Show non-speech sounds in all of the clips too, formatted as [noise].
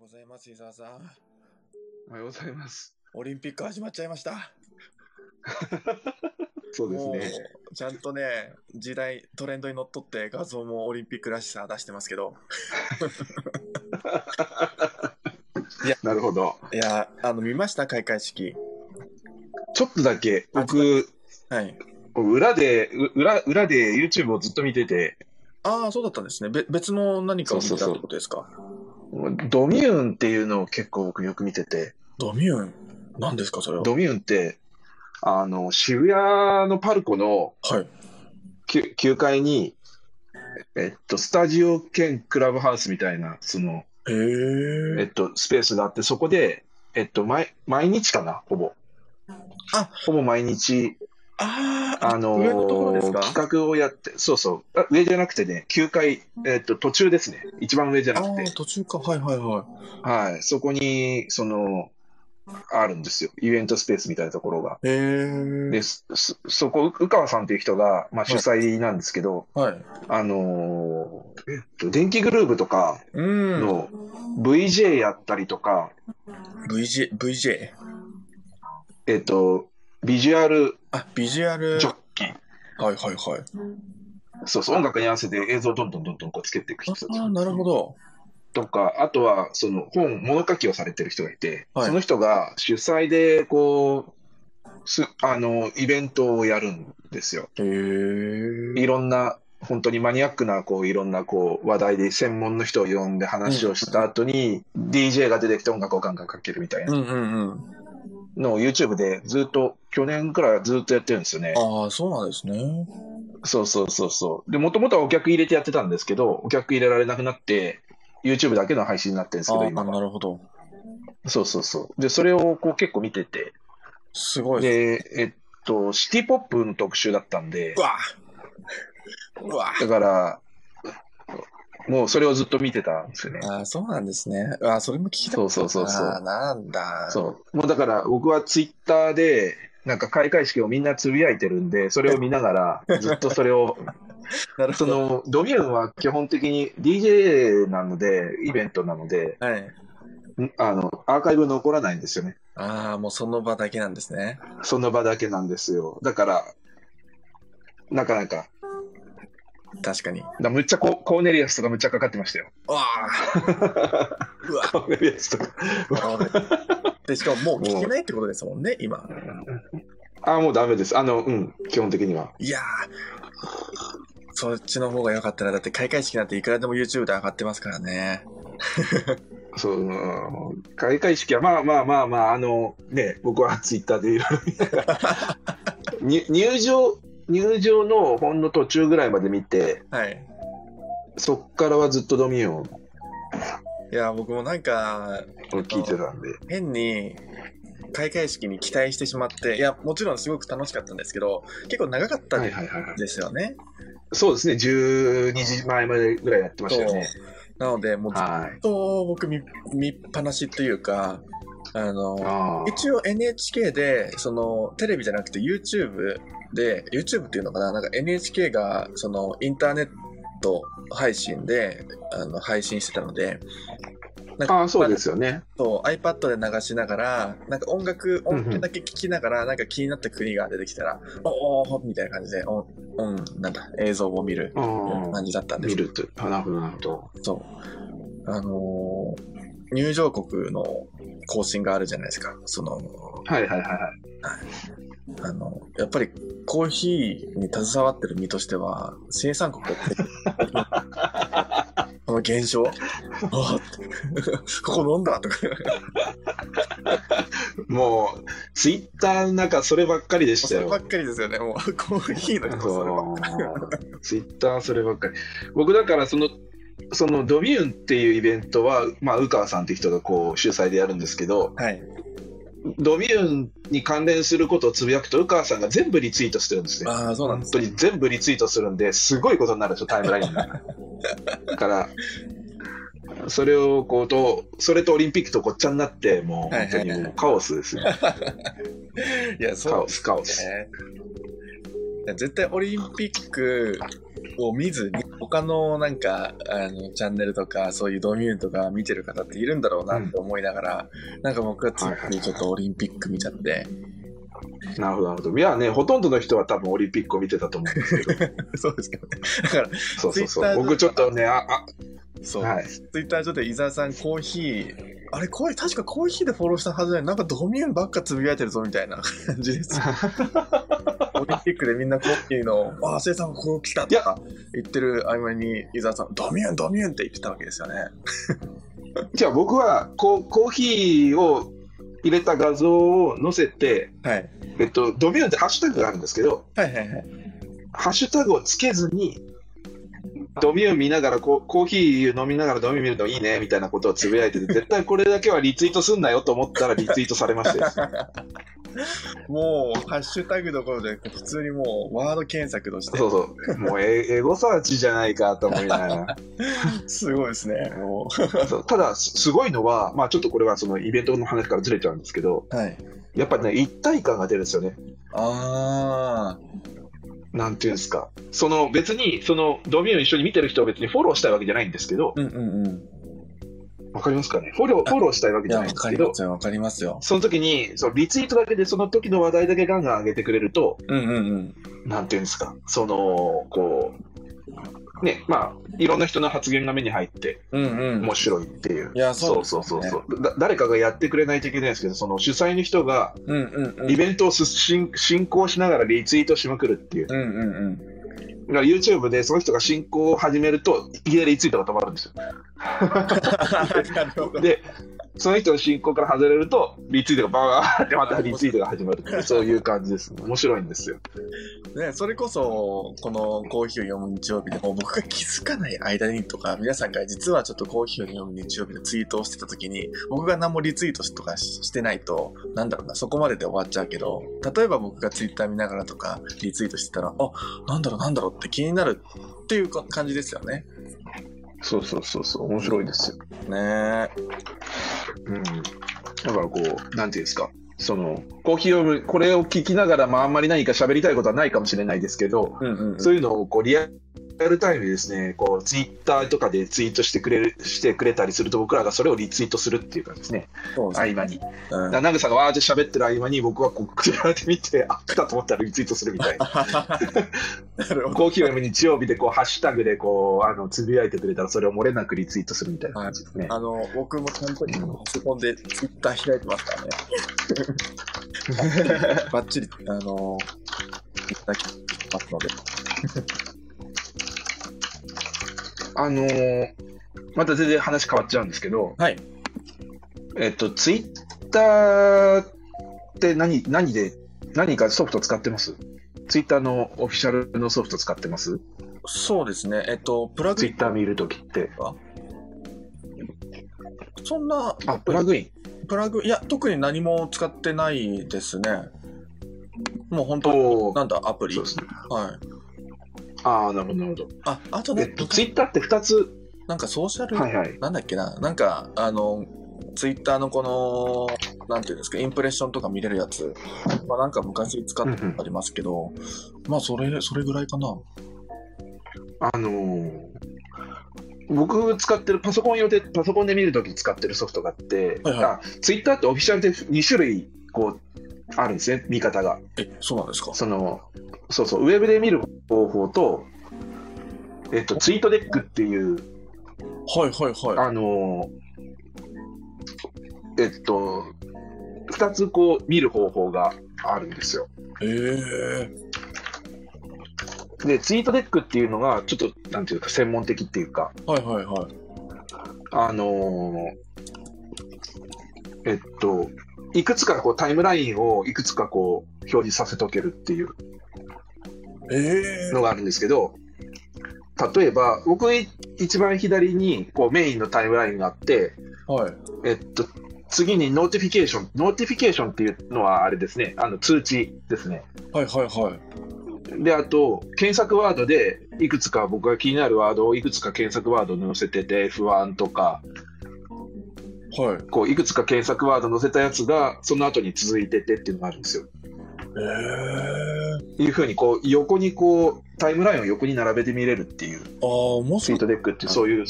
ございます、伊沢さん。おはようございます。オリンピック始まっちゃいました。そうですね。もう、ちゃんとね、時代、トレンドにのっとって画像もオリンピックらしさ出してますけど。なるほど。いや、あの、見ました開会式。ちょっとだけ、あ僕、はい。裏で、う裏、裏で YouTube をずっと見てて、ああ、そうだったんですね。べ別の何かを見たってことですかドミューンっていうのを結構僕よく見てて、ドミューン何ですか、それは。ドミューンって、あの、渋谷のパルコのはい。 9, 階に、えっと、スタジオ兼クラブハウスみたいな、その、へえっえ。と、スペースがあって、そこで、えっと、毎、毎日かな、ほぼ。あほぼ毎日、ああ、あのー上のところですか企画をやって、そうそう、あ上じゃなくてね、9階、えっと、途中ですね、一番上じゃあなあくてー、、途中か。はいはいはい。はい、そこに、その、あるんですよ、イベントスペースみたいなところが。へえで、。そそそこ、う川さんという人が、まあ、主催なんですけど、はい。あのーえっと、電気グルーヴとかうん。の VJ やったりとか、 VJ、VJ。えっと、ビジュアルあ、ビジュアル。ジョッキー、はいはいはい。そうそう、音楽に合わせて映像をどんどんどんどんこうつけていく人たちああ、なるほど。とか、あとは、その本、物書きをされてる人がいて、はいその人が主催で、こう、す、あの、イベントをやるんですよ。へえ。いろんな、本当にマニアックな、こう、いろんな、こう、話題で専門の人を呼んで話をした後に、DJ が出てきて音楽をガンガンかけるみたいうなうんんうん。のを YouTube でずっと、去年くらいはずっとやってるんですよね。ああ、そうなんですね。そうそうそうそう。で、もともとはお客入れてやってたんですけど、お客入れられなくなって、YouTube だけの配信になってるんですけあど、あ、今は。なるほど。そうそうそう。で、それをこう結構見てて、すごいです。で、えっと、シティポップの特集だったんでう、わうわだから、もうそれをずっと見てたんですよね。ああ、そうなんですね。ああ、それも聞きたそうそうそうそああ、う。なんだ。そう。もうだから僕はツイッターで、なんか開会式をみんなつぶやいてるんで、それを見ながら、ずっとそれ [laughs] を、なるそ。の、ドミューンは基本的に DJ なので、イベントなので、はい。んあの、アーカイブ残らないんですよね。ああ、もうその場だけなんですね。その場だけなんですよ。だから、なかなか、確かに。だむっちゃココーネリアスとかむっちゃかかってましたよ。うわあうわコーネリアスとか。で、しかももう聞けないってことですもんね、今。ああ、もうダメです。あの、うん、基本的には。いやー、そっちの方が良かったな。だって開会式なんていくらでも YouTube で上がってますからね。そう、うん開会式は、まあまあまあまあ、あの、ね、僕はツイッターでいろいろ見な [laughs] がらに入場、入場のほんの途中ぐらいまで見て、はい。そっからはずっとドミニオンをいやー、僕もなんか、聞いてたんで。変に開会式に期待してしまって、いや、もちろんすごく楽しかったんですけど、結構長かったはいんはいはいはい。ですよね。そうですね、12時前までぐらいやってましたよね。なので、もうずっはい。と僕見見っぱなしというか、あの、あー一応 NHK で、その、テレビじゃなくて YouTube で、YouTube っていうのかななんか NHK が、その、インターネット配信で、あの、配信してたので、なん。あー、そうですすよね。そう、iPad で流しながら、なんか音楽、うん音楽だけ聴きながら、なんか気になった国が出てきたら、おーおーみたいな感じで、おうん、なんだ、映像を見るあー感じだったんです見けどると。あなるほど、なるほど。そう。あのー入場国の更新があるじゃないですか。その、はいはいはいはい。あの、やっぱりコーヒーに携わってる身としては、生産国って、この現 [laughs] 象、ああって、 [laughs] ここ飲んだとか、もう、ツイッターの中、そればっかりでしそたればっよ。かりですよね、もう、コーヒーの人、そればっかそうツイッター、そればっかり。僕、だから、その、そのドミューンっていうイベントは、まあ、宇川さんって人がこう主催でやるんですけど、り。はい。ドミューンに関連することをつぶやくと、宇川さんが全部リツイートしてるんですね。ああ、そうなん本です。当に全部リツイートするんですごいことになるんですよタイムラインがだからそれをこうとそれとオリンピックとごっちゃになってもうはいは本い当はいにもうカオスですよ、いや、そうカなんオでスカオすスね。絶対オリンピックを見ずに、他のなんか、あの、チャンネルとか、そういうドミューンとか見てる方っているんだろうなって思いながら、なんか僕はついついちょっとオリンピック見ちゃって、 [laughs] なるほど、なるほど。いやね、ほとんどの人は多分オリンピックを見てたと思うんですけど、そうですけどね。だから、そうそうそ Twitter う。僕ちょっとね、あ、あ、そう、はい。ツイッター上で伊沢さんコーヒー、あれ、コーヒー、確かコーヒーでフォローしたはずだよ。なんかドミューンばっかつぶやいてるぞみたいな感じです。オリンピックでみんなコーヒーの、ああ、生産こう来たとか言ってる合間に伊沢さん、ドミューン、ドミューンって言ってたわけですよね。じゃあ僕はこう、コーヒーを入れた画像を載せて、はい。えっと、ドミューンってハッシュタグがあるんですけど、はいはいはい。ハッシュタグをつけずに、ドミューン見ながらコ、コーヒー飲みながらドミューン見るのいいねみたいなことをつぶやいてて、絶対これだけはリツイートすんなよと思ったらリツイートされましたよ。もう、ハッシュタグどころで、普通にもう、ワード検索として、 [laughs] そうそう。もうエエゴサーチじゃないかと思いながら。すごいですね。もそうただ、すすごいのは、まあちょっとこれはそのイベントの話からずれちゃうんですけど、う。 [laughs] はい。やっぱね、一体感が出るんですよね。ああ、なんていうんですか。その別に、そのドミューン一緒に見てる人を別にフォローしたいわけじゃないんですけど、うんうんうん。わかりますかねフォロー、フォローしたいわけいじゃや、わないんですかけりどま、すよ、わかりますよ。その時に、そのリツイートだけでその時の話題だけガンガン上げてくれると、うんうんうん。なんていうんですか、その、こう、ね、まあ、いろんな人の発言が目に入って、うんうん。面白いっていう。いやそうそでうすそねうそうそうだ誰かがやってくれないといけないんですけど、その主催の人が、うんうんうん。イベントをす進進行しながらリツイートしまくるっていう。だうんうん [laughs] うん。から YouTube でその人が進行を始めると、いきなりリツイートが止まるんですよ。なるほ [laughs] ど。で、その人の進行から外れると、リツイートがバーってまたリツイートが始まる [laughs] っていうそういう感じです。面白いんですよ。ね、それこそ、このコーヒーを読む日曜日でも、僕が気づかない間にとか、皆さんが実はちょっとコーヒーを読む日曜日でツイートをしてた時に、僕が何もリツイートとかししてないと、なんだろうな、そこまでで終わっちゃうけど、例えば僕がツイッター見ながらとか、リツイートしてたら、あ、なんだろうなんだろうって気になるっていうか感じですよね。そうそうそうそう、面白いですよ。ねうん。だからこう、なんていうんですか、その、コーヒーをむ、これを聞きながら、まあ、あんまり何か喋りたいことはないかもしれないですけど、うんうん、うん。そういうのをこうリアルタイムでですね、こうツイッターとかでツイートしてくれるしてくれたりすると、僕らがそれをリツイートするっていう感じですね、そうです合ね。間に。うだん [laughs] からナグさんがわーって喋ってる合間に、僕はこう、こちらで見て、あ来たと思ったらリツイートするみたいな。なるほど。コーヒーを読む日曜日でこうハッシュタグでこうあのつぶやいてくれたらそれを漏れなくリツイートするみたいな感じですね。あの、僕もちゃんと今パソコンでツイッター開いてますからね。 [laughs] バッチリ、あの、いただきますので。あのーまた全然話変わっちゃうんですけど、はい。えっと、ツイッターって何、何で、何かソフト使ってますツイッターのオフィシャルのソフト使ってますそうですね。えっと、プラグツイインッ、ター見るときって。そんな、あ、プラグイン。プラグ、いや、特に何も使ってないですね。もう本当に、おーなんだ、アプリ。そうはいで。すね。ああ、なるほど、なるほあ、あとど。えね、っと、ツイッターって2つ。なんかソーシャル、はいはい。なんだっけな、なんか、あの、ツイッターのこの、なんていうんですか、インプレッションとか見れるやつ、まあ、なんか昔使ったことありますけど、まあ、それ、それぐらいかな。あのー僕使ってるパソコン用で、パソコンで見るとき使ってるソフトがあって、はいはいあツイッターってオフィシャルで2種類、こう、あるんですね、見方が。え、そうなんですか。そのそうそうウェブで見る方法と、えっと、ツイートデックっていう、はいはいはい。あのえっと、2つこう見る方法があるんですよ。ええで、ツイートデックっていうのが、ちょっとなんていうか、専門的っていうか、はいはいはい。あのえっと、いくつかこうタイムラインをいくつかこう表示させとけるっていうええのがあるんですけど、例えば、僕い一番左にこうメインのタイムラインがあって、はい。えっと、次にノーティフィケーション。ノーティフィケーションっていうのはあれですね、あの通知ですね。はいはいはい。で、あと、検索ワードで、いくつか僕が気になるワードをいくつか検索ワードに載せてて、F1 とか、はい。こう、いくつか検索ワード載せたやつが、その後に続いててっていうのがあるんですよ。ええいうふうに、こう、横にこう、タイムラインを横に並べて見れるっていうああ、面ツ白イーい。トデックってそういう、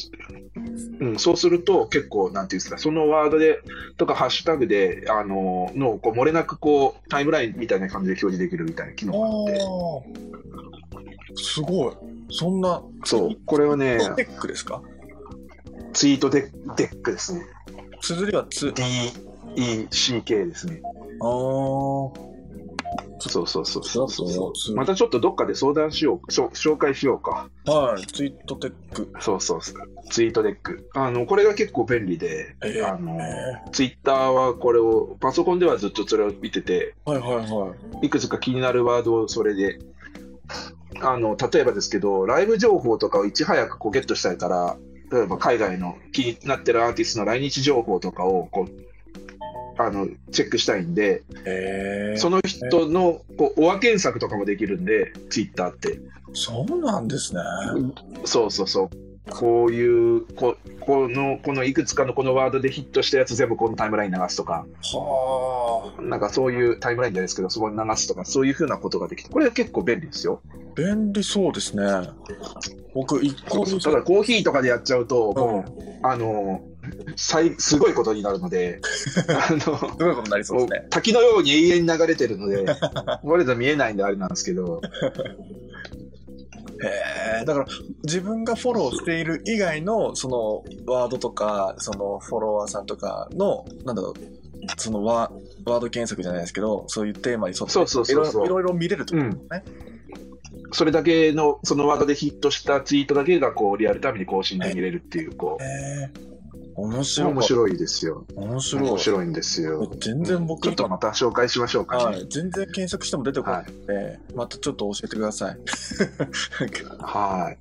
うん、そうすると結構なんていうんですかそのワードでとかハッシュタグであののこう漏れなくこうタイムラインみたいな感じで表示できるみたいな機能があってああ。すごい。そんな。そうこれはねテックですかツイートデデックですね綴りはつ。 DECK ですねああ。そうそうそそうそううそうそうまたちょっとどっかで相談しようそう紹介しようかはい、ツイートテック。そうそうそうツイートデックあのこれが結構便利で、ええあのえツイッターはこれをパソコンではずっとそれを見ててはいはいはい。いくつか気になるワードをそれであの例えばですけどライブ情報とかをいち早くこうゲットしたいから例えば海外の気になってるアーティストの来日情報とかをこうあのチェックしたいんでええその人のこうお和検索とかもできるんでツイッターってそうなんですね。そうそうそうこういうここのこのいくつかのこのワードでヒットしたやつ全部このタイムラインに流すとかはあ。なんかそういうタイムラインじゃないですけどそこに流すとかそういうふうなことができてこれは結構便利ですよ便利そうですね。僕、一個ずつただコーヒーとかでやっちゃうと、もうあの最すごいことになるの [laughs] であのすごいことになりそうですね。滝のように永遠に流れてる [laughs] ので我と見えないんであれなんですけどへえ。だから、自分がフォローしている以外の、その、ワードとか、その、フォロワーさんとかの、なんだろう、そのワ、ワード検索じゃないですけど、そういうテーマに沿って、そうそういそうろそ、いうろいろ見れるってうこんね、。それだけのそのワードでヒットしたツイートだけがこうリアルタイムに更新で見れるっていうことうへえ。面白い。面白いですよ面白い。面白いんですよ全然僕ちょっとまた紹介しましょうかはねい、全然検索しても出てこなくて、またちょっと教えてください。はいは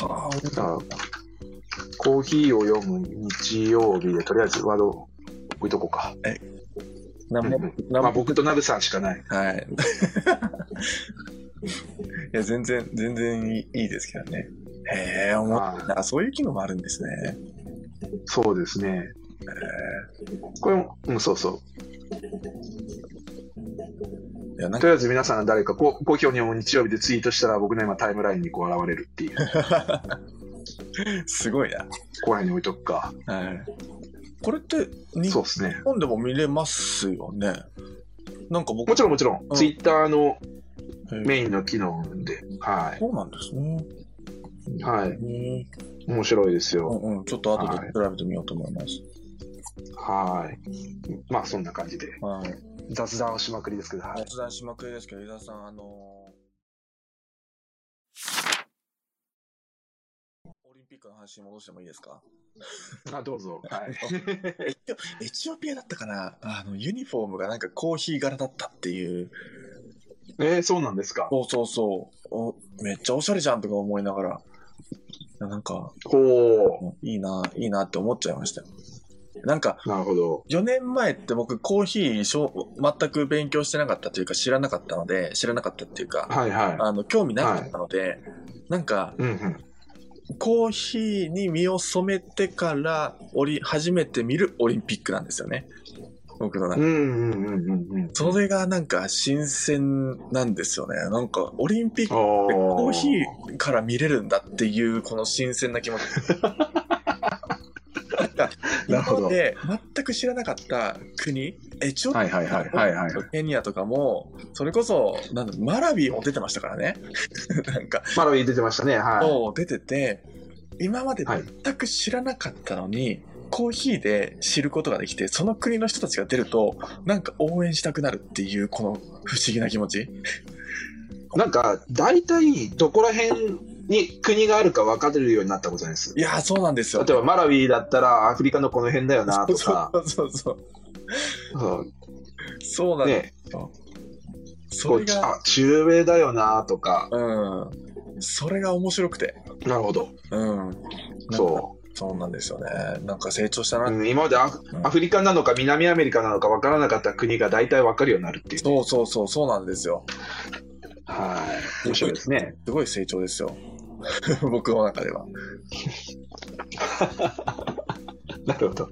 あ、あコーヒーを読む日曜日でとりあえずワード置いとこうか、何うんうもん、何まも、あ、僕とナブさんしかないはい。いや、全然、全然いいいいですけどね。へえ、思っはいた。そういう機能もあるんですね。そうですね。これも、うん、そうそいや、なう。んとか、りあえず皆さん誰か、こう、公表にも日曜日でツイートしたら、僕の今タイムラインにこう現れるっていう。すごいな。後輩に置いとくか。はい。これって、日そうですね。本でも見れますよね。なんか僕、もちろんもちろん、うんツイッターのへえメインの機能で、はそうなんですね。い。はい。うん面白いですうよ。んうん、ちょっと後で調べてみようと思います。はい。まあ、そんな感じで。はい。雑談をしまくりですけど、はい。雑談しまくりですけど、伊沢さん、あのオリンピックの話に戻してもいいですかあ、どうぞ。はい。 [laughs] エチオピアだったかなあの、ユニフォームがなんかコーヒー柄だったっていう。えー、そうなんですか。そうそうそう。おめっちゃおしゃれじゃんとか思いながら。いやなんか、ほうんいいな、いいなって思っちゃいましたよ。なんか、う。なるほど。 4年前って僕コーヒーしょ全く勉強してなかったというか知らなかったので、知らなかったっていうか、はいはあの、興味なかったので、なんか、い。うんうん。コーヒーに身を染めてから、おり、初めて見るオリンピックなんですよね。僕の中うで。んうんうんうんうん。それがなんか新鮮なんですよね。なんか、オリンピックっておコーヒーから見れるんだっていう、この新鮮な気持ち。 [laughs] なんか、なるほど今まで全く知らなかった国、エチオピはいはいはいはいはい。ア、ケニアとかも、それこそ、なんだ、マラビーも出てましたからね。 [laughs] なんか、マロイ出てましたね。はい。そう出てて今まではい全く知らなかったのに、コーヒーで知ることができてその国の人たちが出るとなんか応援したくなるっていうこの不思議な気持ちなんか、大体、どこら辺に国があるか分かってるようになったことないです。いやーそうなんですよ例えば、マラウィだったら、アフリカのこの辺だよな、とそか、うそうそううんそうなんでね、すよ、こそうれがあ中米だよな、とか、うんそれが面白くてなるほど。うんうそそうなんですよねなんか成長したなう。って、うん今までアフアフリカなのか南アメリカなのか分からなかった国が大体分かるようになるっていう。そうそうそうそうなんですよはい。面白いですね。 [laughs] すごい成長ですよ [laughs] 僕の中ではなるほど。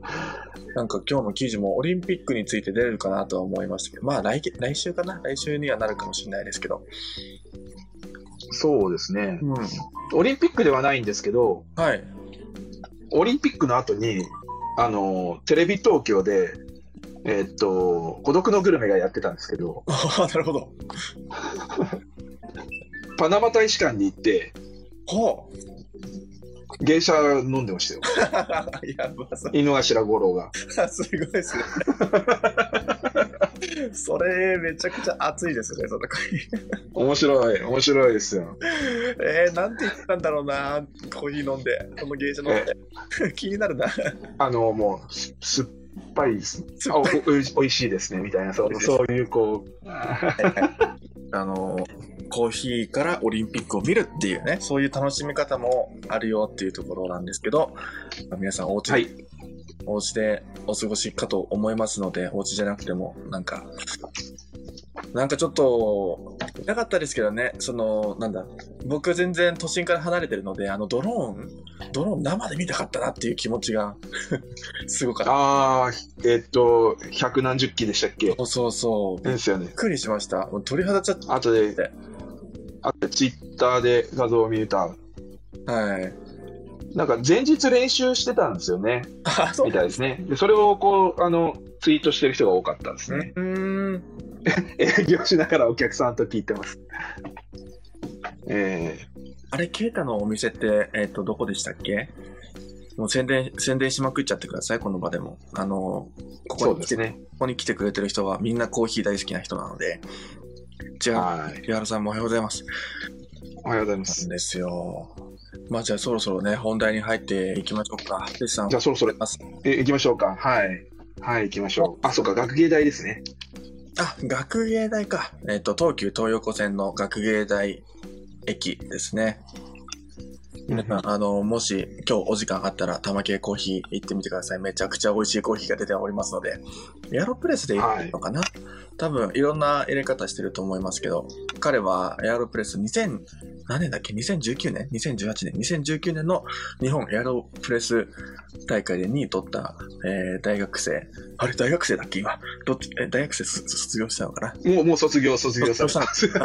なんか今日の記事もオリンピックについて出れるかなとは思いましたけど、まあ来月来週かな来週にはなるかもしれないですけど、そうですね。うん。オリンピックではないんですけど、はい。 [laughs] オリンピックの後に、あの、テレビ東京で、えっと、孤独のグルメがやってたんですけど、ああ、なるほど。パナマ大使館に行って、ほう。 [laughs] 芸者飲んでましたよ。やばそ井の頭五郎が。う。すごいですね。 [laughs] それ、めちゃくちゃ熱いですね、その回。面白い、面白いですよ。 [laughs] えー、なんて言ったんだろうな、コーヒー飲んで、この芸者飲んで。 [laughs] 気になるな。あの、もう、す酸っぱいです。あおおいしおいしいですね、みたいな、そうそういう、こう、あの、コーヒーからオリンピックを見るっていうね、そういう楽しみ方もあるよっていうところなんですけど、まあ皆さんお家で、はい、お家でお過ごしかと思いますので、お家じゃなくても、なんか、なんかちょっと、なかったですけどね、その、なんだ、僕全然都心から離れてるので、あの、ドローン、ドローン生で見たかったなっていう気持ちが、 [laughs] すごかった。ああ、えっと、百何十機でしたっけそうそうそう。びっですよね。くりしました。もう鳥肌ちゃっあとで、あとツイッターで画像を見た。た。はい。なんか前日練習してたんですよね、あ、そうみ。たいですね。でそれをこう、あの、ツイートしてる人が多かったですね。うーん。営業しながらお客さんと聞いてます。えあれ、ケイタのお店って、えっ、と、どこでしたっけもう宣伝、宣伝しまくっちゃってください、この場でも。あの、こー、こそうにで来て、すね。ここに来てくれてる人はみんなコーヒー大好きな人なので。じゃあ、はい。木原さんもおはようございます。おはようございまなんす。ですよ。まあ、じゃあそろそろね、本題に入っていきましょうか。テツさん、じゃあそろそろますえ行きましょうか。はい。はい、行きましょう。あ、そうか、学芸大ですね。あ、学芸大か。えっ、と、東急東横線の学芸大駅ですね。皆さん、あの、もし今日お時間あったら、玉系コーヒー行ってみてください。めちゃくちゃ美味しいコーヒーが出ておりますので、エアロプレスで行くのかな、多分、いろんな入れ方してると思いますけど、彼はエアロプレス2000、何年だっけ ?2019 年 ?2018 年 ?2019 年の日本エアロプレス大会で2位取った、えー大学生。あれ、大学生だっけ今。どっち、え、大学生す卒業したのかなもう、もう卒業、 [laughs] 卒業されてます。 [laughs]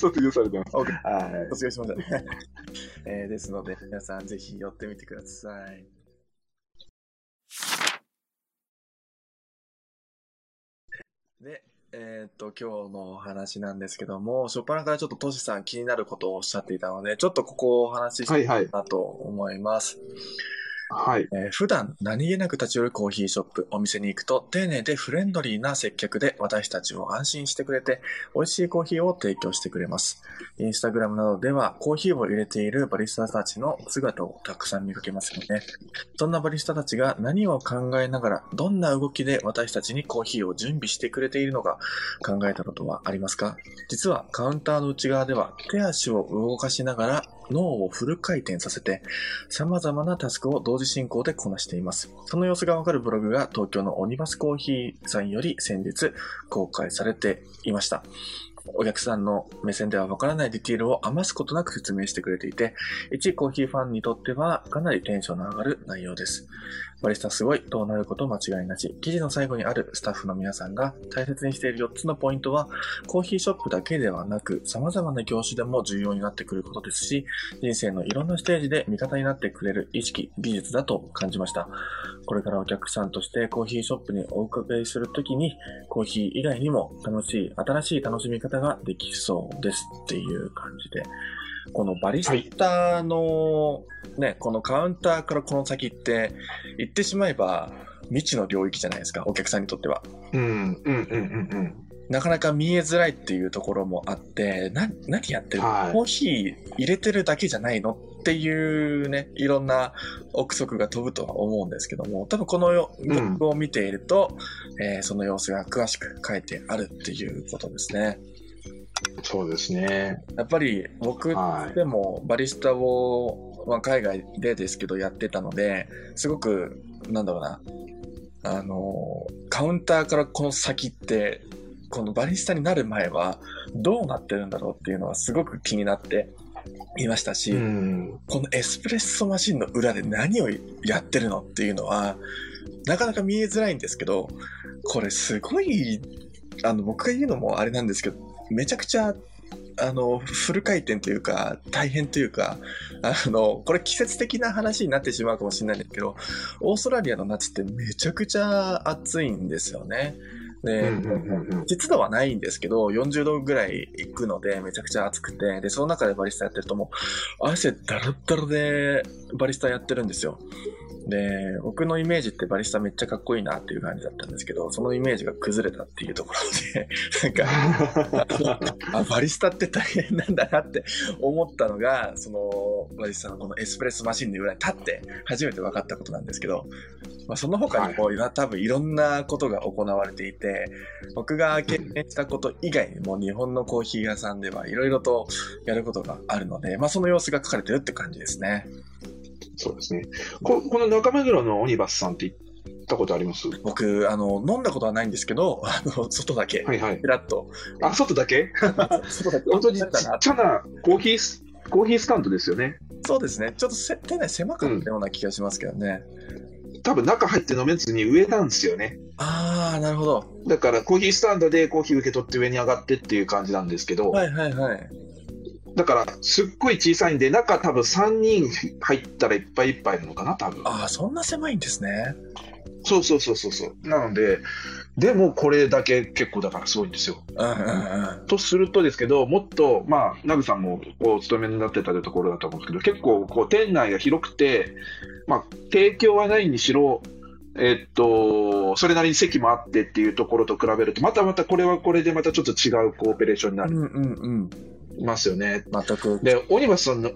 卒業されてます。 OK はい。卒業しましたね。えーですので、皆さんぜひ寄ってみてください。で、えーっと、今日のお話なんですけども、初っ端からちょっとトシさん気になることをおっしゃっていたので、ちょっとここをお話ししはたい、いはい。なと思います。はい。えー普段何気なく立ち寄るコーヒーショップ、お店に行くと丁寧でフレンドリーな接客で私たちを安心してくれて美味しいコーヒーを提供してくれます。インスタグラムなどではコーヒーを入れているバリスタたちの姿をたくさん見かけますよね。そんなバリスタたちが何を考えながらどんな動きで私たちにコーヒーを準備してくれているのか考えたことはありますか実はカウンターの内側では手足を動かしながら脳をフル回転させて様々なタスクを同時進行でこなしています。その様子がわかるブログが東京のオニバスコーヒーさんより先日公開されていました。お客さんの目線ではわからないディティールを余すことなく説明してくれていて、一コーヒーファンにとってはかなりテンションの上がる内容です。バリスタすごいとなること間違いなし。記事の最後にあるスタッフの皆さんが大切にしている4つのポイントは、コーヒーショップだけではなく、様々な業種でも重要になってくることですし、人生のいろんなステージで味方になってくれる意識、技術だと感じました。これからお客さんとしてコーヒーショップにお伺いするときに、コーヒー以外にも楽しい、新しい楽しみ方ができそうですっていう感じで、このバリスタの、ね、このカウンターからこの先って、言ってしまえば未知の領域じゃないですか、お客さんにとっては。うん、うん、うん、うん、なかなか見えづらいっていうところもあって、な、何やってるの、はいコーヒー入れてるだけじゃないのっていうね、いろんな憶測が飛ぶとは思うんですけども、多分このよブログを見ていると、えーその様子が詳しく書いてあるっていうことですね。うん。そうですね。やっぱり僕はい。でもバリスタを、まあ、海外でですけどやってたのですごくなんだろうなあのカウンターからこの先ってこのバリスタになる前はどうなってるんだろうっていうのはすごく気になっていましたし、うん。このエスプレッソマシンの裏で何をやってるのっていうのはなかなか見えづらいんですけどこれすごいあの僕が言うのもあれなんですけどめちゃくちゃあの、フル回転というか、大変というか、あの、これ季節的な話になってしまうかもしれないんですけど、オーストラリアの夏ってめちゃくちゃ暑いんですよね。で、うんうんうん [laughs] うん湿度はないんですけど、40度ぐらいいくので、めちゃくちゃ暑くて、で、その中でバリスタやってるともう、汗だらだらでバリスタやってるんですよ。で、僕のイメージってバリスタめっちゃかっこいいなっていう感じだったんですけど、そのイメージが崩れたっていうところで、なんか、あ、バリスタって大変なんだなって思ったのが、その、バリスタのこのエスプレッソマシンの裏に立って初めて分かったことなんですけど、まあ、その他にも、い、多分いろんなことが行われていて、僕が経験したこと以外にも日本のコーヒー屋さんではいろいろとやることがあるので、まあ、その様子が書かれてるって感じですね。そうですね。ここの中目黒のオニバスさんって行ったことあります僕、あの、飲んだことはないんですけど、あの、外だけ、はいはいペ。ラッと。あ、外だけ外だけ本当にちっちゃなコーヒース、コーヒースタンドですよね。そうですね。ちょっとせ店内狭かったような気がしますけどね。多分中入って飲めずに上なんですよね。ああ、なるほど。だからコーヒースタンドでコーヒー受け取って上に上がってっていう感じなんですけど、はいはいはい。だからすっごい小さいんで、中多分3人入ったらいっぱいいっぱいなのかな、多分。ああ、そんな狭いんですね。そうそうそうそうそう。なので、でもこれだけ結構だからすごいんですよ。うんうんうん。とするとですけど、もっと、まあ、ナグさんもお勤めになってたというところだと思うんですけど、結構こう店内が広くて、まあ、提供はないにしろ、えっと、それなりに席もあってっていうところと比べると、またまたこれはこれでまたちょっと違うコーペレーションになうりんうんうん。ますよね。全く。で、オニバスさんの、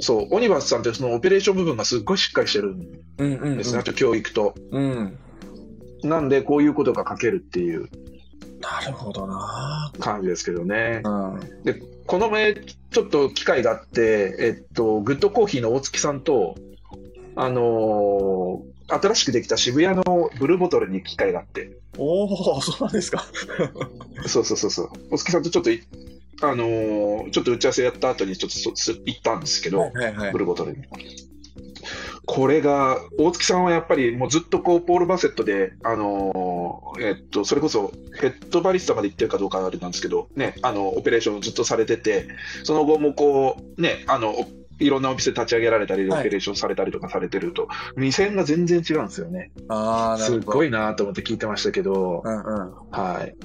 そう、オニバスさんってそのオペレーション部分がすっごいしっかりしてるんうんうん、ですね、あと教育と。うん。うん。なんで、こういうことが書けるっていうなるほどな。感じですけどね。うん。でこの前ちょっと機会があって、えっと、グッドコーヒーの大月さんと、あのー新しくできた渋谷のブルーボトルに行く機会があっておお、そうなんですか。そうそうそうそう大月さんとちょっとい、あのーちょっと打ち合わせやった後にちょっとそす行ったんですけど、はいはいブ。ルーボトルに。これが大月さんはやっぱりもうずっとこうポール・バセットで、あのーえっと、それこそヘッドバリスタまで行ってるかどうかはあれなんですけど、ね、あのオペレーションをずっとされててその後もこう、ね、あのいろんなお店立ち上げられたりはいオペレーションされたりとかされてると、目線が全然違うんですよね [laughs] ああ、なすっるほど。ごいなと思って聞いてましたけど、うんうん。はい、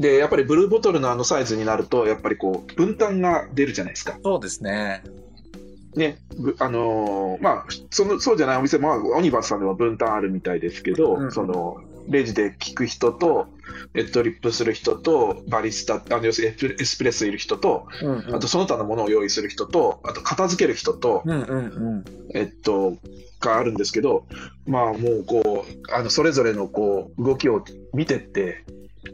でやっぱりブルーボトルのあのサイズになるとやっぱりこう分担が出るじゃないですか。そうですね。ね、ぶあのーまあ、その、そうじゃないお店も、まあオニバスさんでは分担あるみたいですけど、うんその、レジで聞く人と、えドリップする人と、バリスタ、あの、要するにエスプレエスプレッソいる人と、うんうあとその他のものを用意する人と、あと片付ける人と、うんうんえっと、があるんですけど、まあもうこう、あの、それぞれのこう、動きを見てって、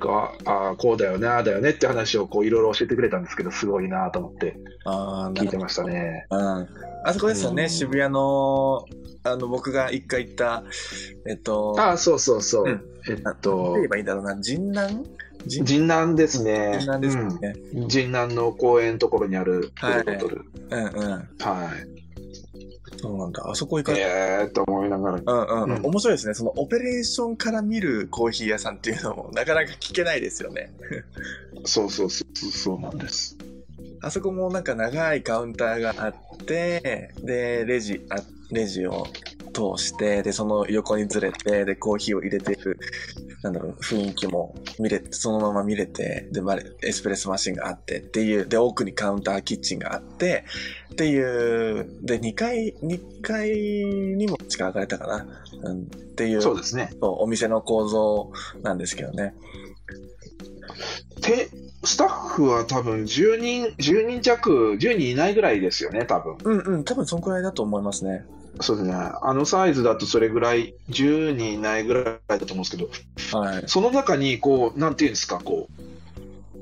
ああー、こうだよね、ああだよねって話をこう、いろいろ教えてくれたんですけど、すごいなと思ってああ、な聞いるてほど。ましたね。うん。あそこですようね、ん渋谷の、あの、僕が一回行った、えっと、ああ、そうそうそう。うんえっどうと言え、ばいいんだろうな、神南神神南ですね。南ですよね。うん神南の公園のところにあるブはいルーボトル。うんうん。はい。そうなんだ。あそこ行かれえーっと思いながら。うんうん、うんうん面白いですね。そのオペレーションから見るコーヒー屋さんっていうのも [laughs] なかなか聞けないですよね。そうそうそうそうそうなんです。あそこもなんか長いカウンターがあって、で、レジ、あレジを通して、で、その横にずれて、で、コーヒーを入れていく、なんだろう、雰囲気も見れて、そのまま見れて、で、まあエスプレッソマシンがあってっていう、で、奥にカウンターキッチンがあって、っていう、で、2階、2階にも近上がれたかな、うん、っていう。そうですね。そうお店の構造なんですけどね。てスタッフは多分10人、10人弱、10人いないぐらいですよね、多分。うんうん、多分そんくらいだと思いますね。そうですね。あのサイズだとそれぐらい、10人いないぐらいだと思うんですけど、はい。その中に、こう、なんていうんですか、こう、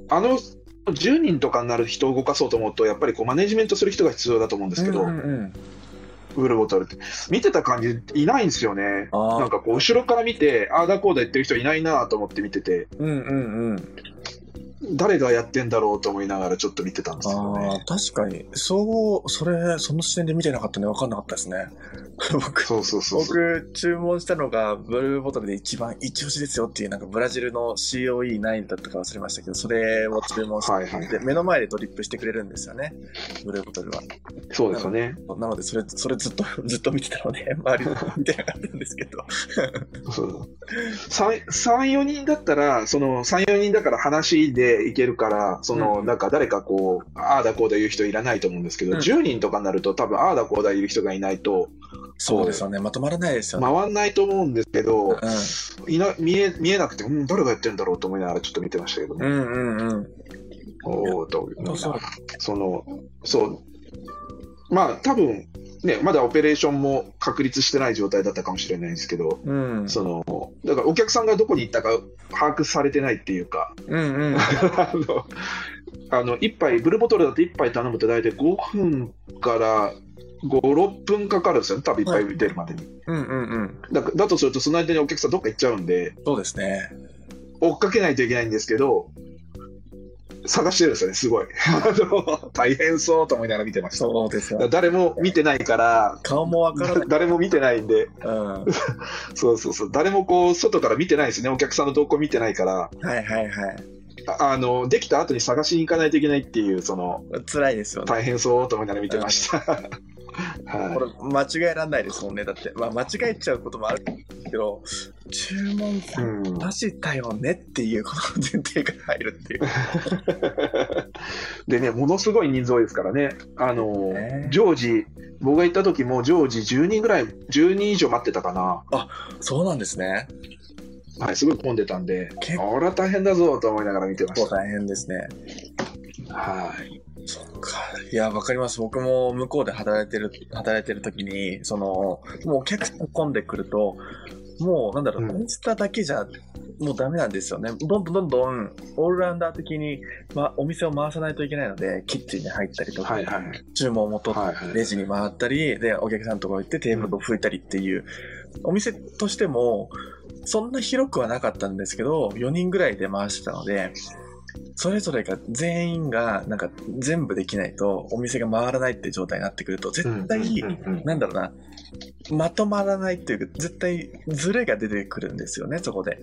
あの、10人とかになる人を動かそうと思うと、やっぱりこうマネジメントする人が必要だと思うんですけど、うんうんうん、ブルーボトルって、見てた感じ、いないんですよね。あなんあ、かこう、後ろから見て、ああだこうだ言ってる人いないなと思って見てて、うんうんうん。誰がやってんだろうと思いながらちょっと見てたんですけどああね。ー、確かに。そう、それ、その視点で見てなかったね。分かんなかったですね。 [laughs] 僕、そうそうそうそう。僕、注文したのが、ブルーボトルで一番一押しですよっていう、なんかブラジルの COE9 だったか忘れましたけど、それを注文して、はいはいはいで目の前でドリップしてくれるんですよね、ブルーボトルは。そうですよね。なので、それ、それずっと、ずっと見てたので、周りの見てなかったんですけど。そう3、4人だったら、その3、4人だから話でいけるから、その、うんなんか誰かこう、ああだこうだ言う人いらないと思うんですけど、うん10人とかになると、多分ああだこうだ言う人がいないと、そうですよね、まとまらないですよね。回んないと思うんですけど、うんいな見え見えなくて、うん、誰がやってるんだろうと思いながらちょっと見てましたけどうね。んうんうん。おおと思いながらそうその、そう。まあ、多分ね、まだオペレーションも確立してない状態だったかもしれないですけど、うん。その、だからお客さんがどこに行ったか把握されてないっていうか、うんうん。 [laughs] あの、あの1杯、ブルーボトルだって1杯頼むと大体5分から5、6分かかるんですよね、多分1杯出るまでに。うんうんうん。だだとすると、その間にお客さんどっか行っちゃうんで、そうですね。追っかけないといけないんですけど、探してるんですよね、すごい。 [laughs] あの大変そうと思いながら見てました。そうですよ。誰も見てないから、顔もわからない。誰も見てないんで、うん。はそうそうそう、誰もこう、外から見てないですね、お客さんの動向見てないから、いはいはい。ああの、できた後に探しに行かないといけないっていう、その、辛いですよね。大変そうと思いながら見てました。はいこれ間違えらんないですもんね。だって、まあ、間違えちゃうこともあるけど、注文うさん、出したよねっていうこの前提から入るっていう。でね、ものすごい人数多いですからね、あのね常時、僕が行った時も常時10人ぐらい、10人以上待ってたかな、そうなんですね。はい、すごい混んでたんで、結構あら大変だぞと思いながら見てまし大変ですね。た。はい、そっか。いや、わかります。僕も向こうで働いてる、働いてる時に、その、もうお客さん混んでくると、もうなんだろうう、んインスタだけじゃ、もうダメなんですよね。どんどんどんどん、オールラウンダー的に、ま、お店を回さないといけないので、キッチンに入ったりとか、はいはい、注文も取っはいはいレジに回ったり、で、お客さんのところ行ってテーブルを拭いたりっていう、お店としても、そんな広くはなかったんですけど、4人ぐらいで回してたので、それぞれが全員が、なんか全部できないと、お店が回らないって状態になってくると、絶対、うんうんなんだろうな、まとまらないっていうか、絶対ズレが出てくるんですよね、そこで。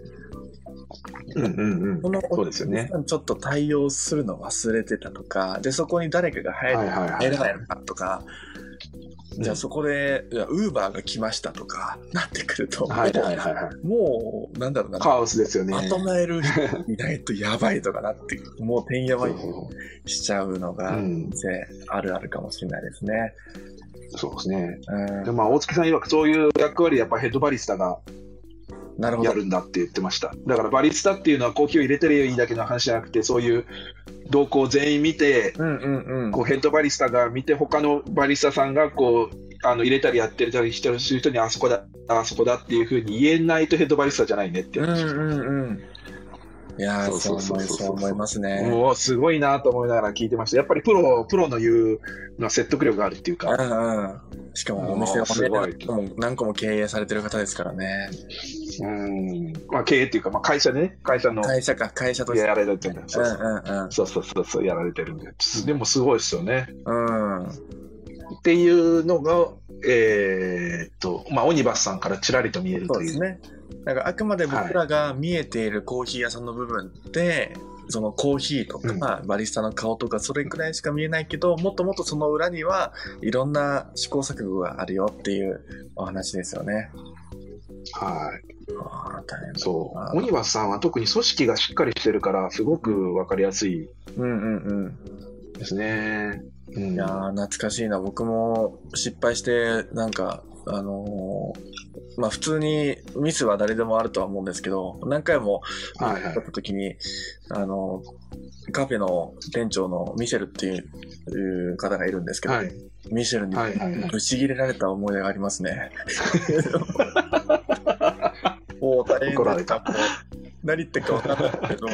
うんうんうんこのそうですよね。ちょっと対応するの忘れてたとか、で、そこに誰かが入るはいはいは入らないい。のかとか、うんじゃあそこで、ウーバーが来ましたとか、なってくると、はいはいはいはい。もう、なんだろうな、カオスですよね。まとめる人いないとやばいとかなって、もうてんやわいそうしちゃうのが、うんせあるあるかもしれないですね。そうですね。うんでまあ、大月さん曰くそういう役割、やっぱヘッドバリスタがなるほやど。るんだって言ってました。だからバリスタっていうのはコーヒーを入れてるいいだけの話じゃなくて、そういう動向を全員見て、うんうんうんこ。うヘッドバリスタが見て、他のバリスタさんがこう、あの入れたりやってたりしてる人にあそこだ、あそこだっていうふうに言えないとヘッドバリスタじゃないねってうん話、うんうん。いやー、そそううそう思いそうそそうう思いますね。もうすごいなと思いながら聞いてました。やっぱりプロ、プロの言うのは説得力があるっていううか、んうん。しかもお店をあーすごねい何個も何個も経営されてる方ですからね。うん、まあ経営っていうか、まあ会社でね、会社の会社か、会社として。やられてるんだ。そうそううんうんうん。そうそうそうそうやられてるんで、でもすごいですよね。うん。っていうのが、えーっと、まあ、オニバスさんからちらりと見えるそとういでう。すね。なんかあくまで僕らが見えているコーヒー屋さんの部分って、そのコーヒーとか、バリスタの顔とか、それくらいしか見えないけど、もっともっとその裏には、いろんな試行錯誤があるよっていうお話ですよね。はい。ああ、大変だそう。オニバスさんは特に組織がしっかりしてるから、すごくわかりやすいうんうんうん。ですね。うん、いやー懐かしいな。僕も失敗して、なんか、あのーまあ普通にミスは誰でもあるとは思うんですけど、何回もはいはだった時に、あの、カフェの店長のミシェルっていう方がいるんですい。けど、はい。ミシェルにはいはいはいぶち切れられた思い出があります [laughs] ね。もう大変怒られたもう何言ってるか分からないけど、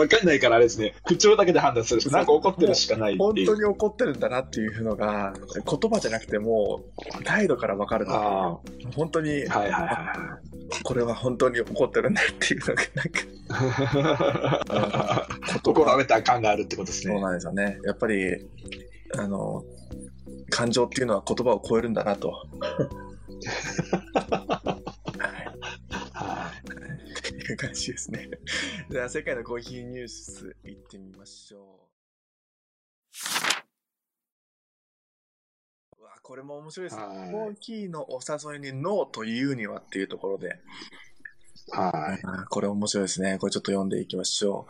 わかんないからあれですね。口調だけで判断するし、なんか怒ってるしかないっ本てい当う。に怒ってるんだなっていうのが、言葉じゃなくてもう態度から分かるな。あ本当にあ、、はいはいはこれは本当に怒ってるんだっていうのが、なんか、 [laughs] [laughs] いはい。怒られた感があるってことですそうね。なんですよね。やっぱり、あの、感情っていうのは言葉を超えるんだなと。はいう感じですね。 [laughs] じゃあ、世界のコーヒーニュース行ってみましょう。うわ、これも面白いい。ですね。コはーヒーのお誘いにノーというにはっていうところで、い。はい。あーこれ面白いですね。これちょっと読んでいきましょ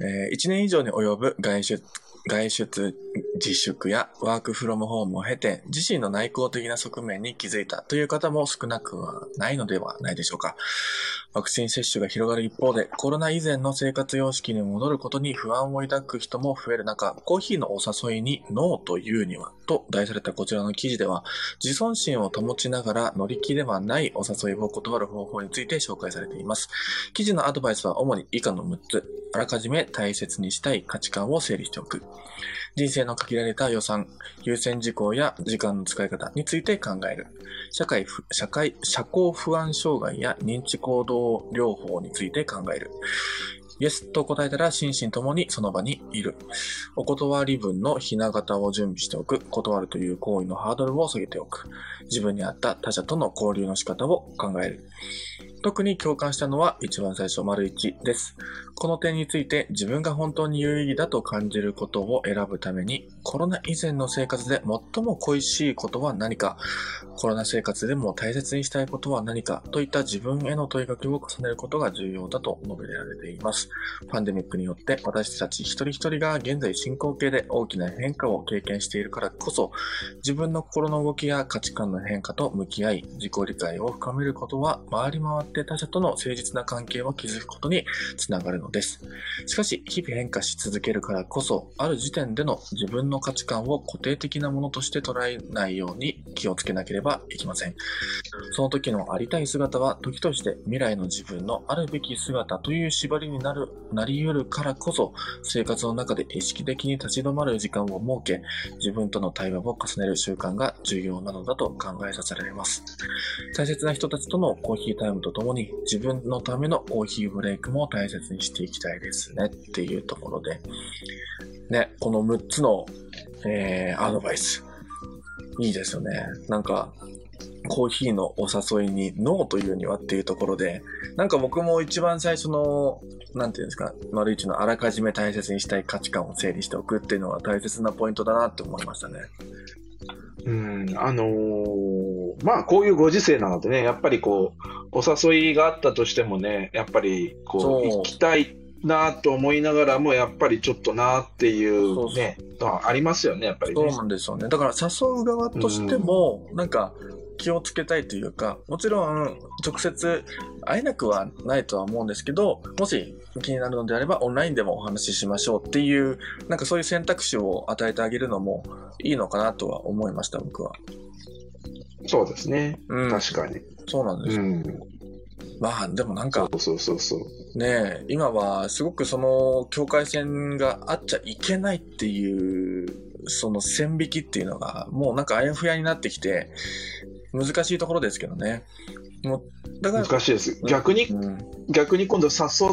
う。え1年以上に及ぶ外出、外出自粛やワークフロムホームを経て、自身の内向的な側面に気づいたという方も少なくはないのではないでしょうか。ワクチン接種が広がる一方で、コロナ以前の生活様式に戻ることに不安を抱く人も増える中、コーヒーのお誘いにノーというにはと題されたこちらの記事では、自尊心を保ちながら乗り気ではないお誘いを断る方法について紹介されています。記事のアドバイスは主に以下の6つ。あらかじめ大切にしたい価値観を整理しておく。人生の限られた予算、優先事項や時間の使い方について考える。社会不、社会、社交不安障害や認知行動療法について考える。イエスと答えたら心身ともにその場にいる。お断り文のひな形を準備しておく。断るという行為のハードルを下げておく。自分に合った他者との交流の仕方を考える。特に共感したのは一番最初丸1です。この点について自分が本当に有意義だと感じることを選ぶためにコロナ以前の生活で最も恋しいことは何かコロナ生活でも大切にしたいことは何かといった自分への問いかけを重ねることが重要だと述べられています。パンデミックによって私たち一人一人が現在進行形で大きな変化を経験しているからこそ自分の心の動きや価値観の変化と向き合い、自己理解を深めることは、回り回って他者との誠実な関係を築くことにつながるのです。しかし、日々変化し続けるからこそ、ある時点での自分の価値観を固定的なものとして捉えないように気をつけなければいけません。その時のありたい姿は、時として未来の自分のあるべき姿という縛りになる、なり得るからこそ、生活の中で意識的に立ち止まる時間を設け、自分との対話を重ねる習慣が重要なのだと考えさせられます。大切な人たちとのコーヒータイムとともに、自分のためのコーヒーブレイクも大切にしていきたいですねっていうところで、ね、この6つの、えーアドバイス、いいですよね。なんか、コーヒーのお誘いにノーというにはっていうところで、なんか僕も一番最初の、なんていうんですか、丸一のあらかじめ大切にしたい価値観を整理しておくっていうのは大切なポイントだなって思いましたね。うん、あのーまあ、こういうご時世なのでね、やっぱりこう、お誘いがあったとしてもね、やっぱりこう、そう行きたいなと思いながらも、やっぱりちょっとなっていうそうそうね、あありますよね、やっぱりそうね。なんですよね。だから誘う側としても、なんか気をつけたいというか、もちろん直接会えなくはないとは思うんですけど、もし気になるのであればオンラインでもお話ししましょうっていう、なんかそういう選択肢を与えてあげるのもいいのかなとは思いました、僕は。そうですね。うん、確かに。そうなんです。うん。まあ、でもなんか、そうそうそうそう。ねえ今はすごくその境界線があっちゃいけないっていうその線引きっていうのがもうなんかあやふやになってきて難しいところですけどねもうだから、難しいです。逆に、うん、逆に今度誘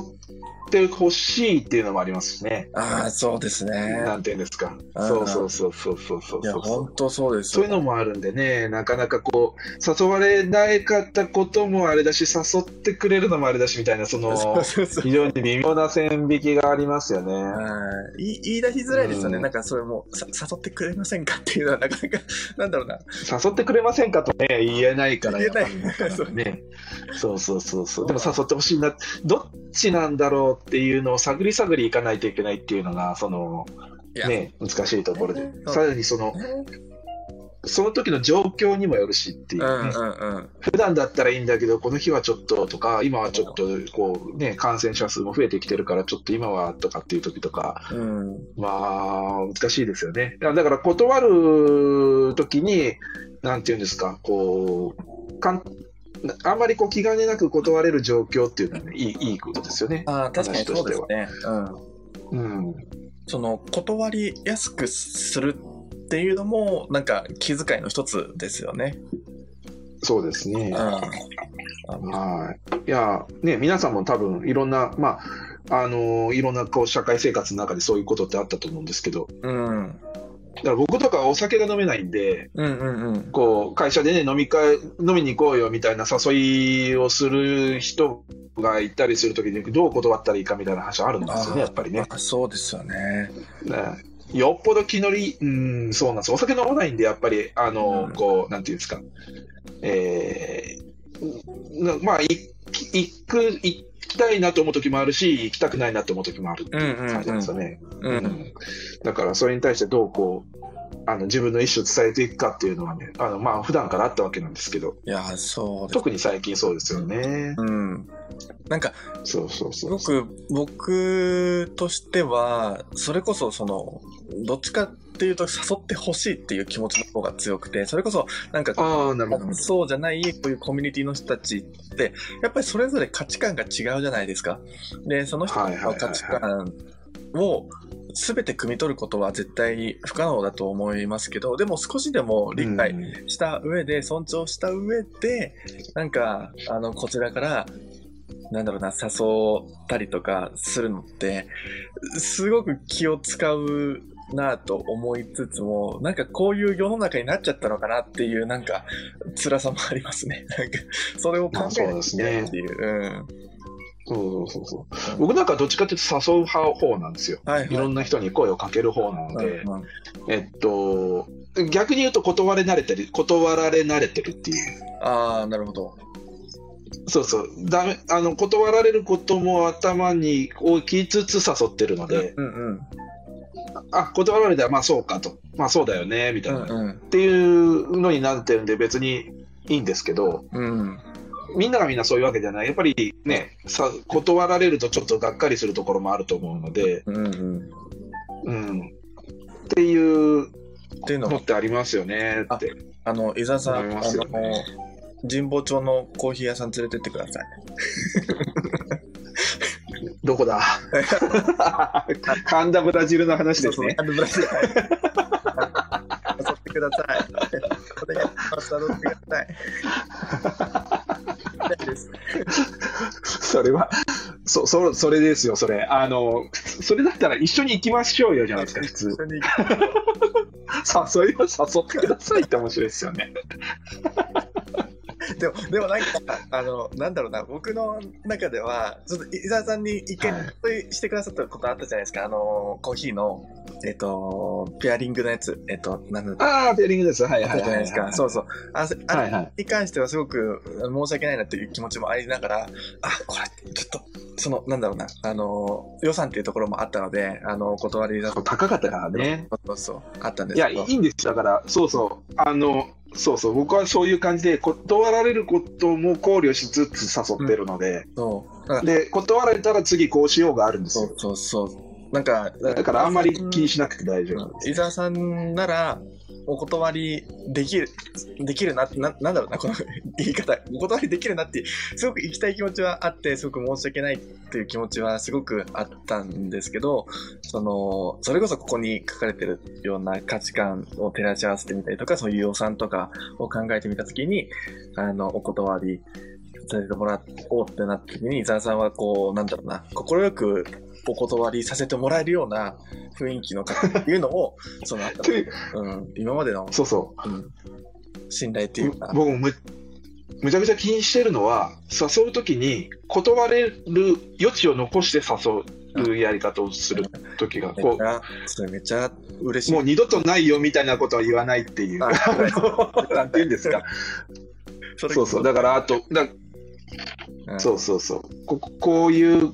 ってほしいっていうのもありますしね。ああそうですねなんていうんですか。あーそうそうそうそうそうそういやそうそう。本当そうですそういうのもあるんでね、なかなかこう、誘われなかったこともあれだし、誘ってくれるのもあれだしみたいな、そ [laughs] の、そうそうそう非常に微妙な線引きがありますよね。はい言い言い出しづらいですよね、うんなんかそれもさ誘ってくれませんかっていうのはなかなか [laughs] なんだろうな誘ってくれませんかとね、言えないから、言えないやっぱりかかね。そうそうそうそう。でもそう誘ってほしいな、どっちなんだろうっていうのを探り探りいかないといけないっていうのが、その、いや、ね、難しいところでね。さらにその、その時の状況にもよるしってういんううね。んうん普段だったらいいんだけど、この日はちょっととか、今はちょっとこう、ね、感染者数も増えてきてるから、ちょっと今はとかっていう時とか、うんまあ、難しいですよね。だから断る時に、なんていうんですか、こう、かんあんまりこう気兼ねなく断れる状況っていうのは、ね、いいいいことですよね。ああ確かにそうですねうんうん、その断りやすくするっていうのもなんか気遣いの一つですよね。そうですねうん。。あはい。いや、ね、皆さんも多分いろんな、まあ、あのいろんなこう社会生活の中でそういうことってあったと思うんですけど、うん。だから僕とかお酒が飲めないんで、うんうんうん。こう、会社でね、飲み会、飲みに行こうよみたいな誘いをする人がいたりするときに、どう断ったらいいかみたいな話あるんですよね、やっぱりね。あそうですよね。ねよっぽど気乗り、うん、そうなんです。お酒飲まないんで、やっぱり、あの、うんこう、なんていうんですか。えーなまあ、い行く、行きたいなと思うときもあるし、行きたくないなと思うときもあるっていう感じなんですよね。う。うんんだからそれに対してどうこうあの自分の意思を伝えていくかっていうのはねあのまあ普段からあったわけなんですけどいや、そうです。特に最近そうですよね、うん。なんか、そうそうすそうごく僕としては、それこそその、どっちかっていうと誘ってほしいっていう気持ちの方が強くて、それこそなんかああなるほどそうじゃない、こういうコミュニティの人たちって、やっぱりそれぞれ価値観が違うじゃないですか。で、その人はいはいはいのはい価値観を全て汲み取ることは絶対不可能だと思いますけど、でも少しでも理解うんした上で、尊重した上で、なんか、あの、こちらから、なんだろうな、誘ったりとかするのって、すごく気を使うなぁと思いつつも、なんかこういう世の中になっちゃったのかなっていう、なんか、辛さもありますね。 [laughs] なんか、それを考えまあそうなですきねゃいけないっていう。うん。そうそうそうそう僕なんかどっちかっていうと誘う派方なんですよはいはい。いろんな人に声をかける方なのうで、んうんえっと逆に言うと断れ慣れてる断られ慣れてるっていうああ、なるほど。そうそうダメあの断られることも頭に置きつつ誘ってるので、うんうん。あ、断られたら、まあそうかと。まあそうだよね、みたういんな。っうん。ていうのになってるんで、別にいいんですけど、うん。みんながみんなそういうわけじゃない。やっぱりね、さ断られるとちょっとがっかりするところもあると思うので、うんうん。うん。っていうっていうののもってありますよねって。あの、伊沢さん、思いあますよねの、神保町のコーヒー屋さん連れてってください。[laughs] どこだ神田ブラジルの話ですね。あのブラジル。はい誘ってください。お願いします。誘ってください。大丈夫ですそれは、そ、そ、それですよ、それ。あの、それだったら一緒に行きましょうよじゃないですか、普通。一緒に誘いは誘ってくださいって面白いですよね。でも、でもなんか、あの、なんだろうな、僕の中では、ちょっと伊沢さんに意見はいそういうしてくださったことあったじゃないですか、あの、コーヒーの、えっと、ペアリングのやつ、えっと、なんだったああ、ペアリングです。はいじはゃいはいないはでい。すか。そうそう。あそあれはいはいに関してはすごく申し訳ないなっていう気持ちもありながら、あ、これ、ちょっと、その、なんだろうな、あの、予算っていうところもあったので、あの、お断りだと、高かったからね。そうそう、あったんでいすや、けいど。いんですよ。だから、そうそう。あの、そうそう。僕はそういう感じで、断られることも考慮しつつ誘ってるので、そう。だからで、断られたら次こうしようがあるんですそよう。そうそう。なんか、だからあんまり気にしなくて大丈夫。伊沢さんなら、お断りできる、できるな、な、なんだろうな、この [laughs] 言い方、お断りできるなって、すごく行きたい気持ちはあって、すごく申し訳ないっていう気持ちはすごくあったんですけど、その、それこそここに書かれてるような価値観を照らし合わせてみたりとか、そういう予算とかを考えてみたときに、あの、お断りさせてもらおうってなった時に、伊沢さんはこう、なんだろうな、快くお断りさせてもらえるような雰囲気の方っていうのを、そのあったというの、うん、今までの、そうそうん、信頼っていううか、僕もむむちゃくちゃ気にしてるのは誘うときに断れる余地を残して誘うやり方をするときがめっこちゃ、それめっちゃ嬉しうい。もう二度とないよみたいなことは言わないっていうあなんて言うんです [laughs] かそれそうそう、だから、あと、だうんそうそうそう、ここういう、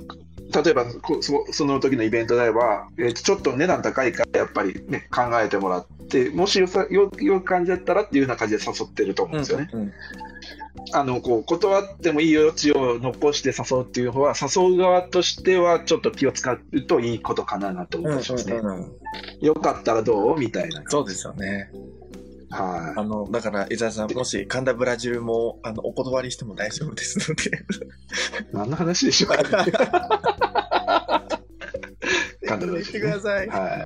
例えばこそその時のイベントであれば、えーちょっと値段高いから、やっぱりね、考えてもらって、もしよさよよく感じだったらっていうような感じで誘ってると思うんですよね。うんうんあのこう断ってもいい余地を残して誘うっていう方は、誘う側としては、ちょっと気を使うといいことかななとうん思いますね。うんうんよかったらどうみたいな。そうですよね。はあの、だから、伊沢さん、もし、神田ブラジルも、あの、お断りしても大丈夫ですので。い。何の話でしょうか、ね、神田ブラ行っジてルくねださい。はい。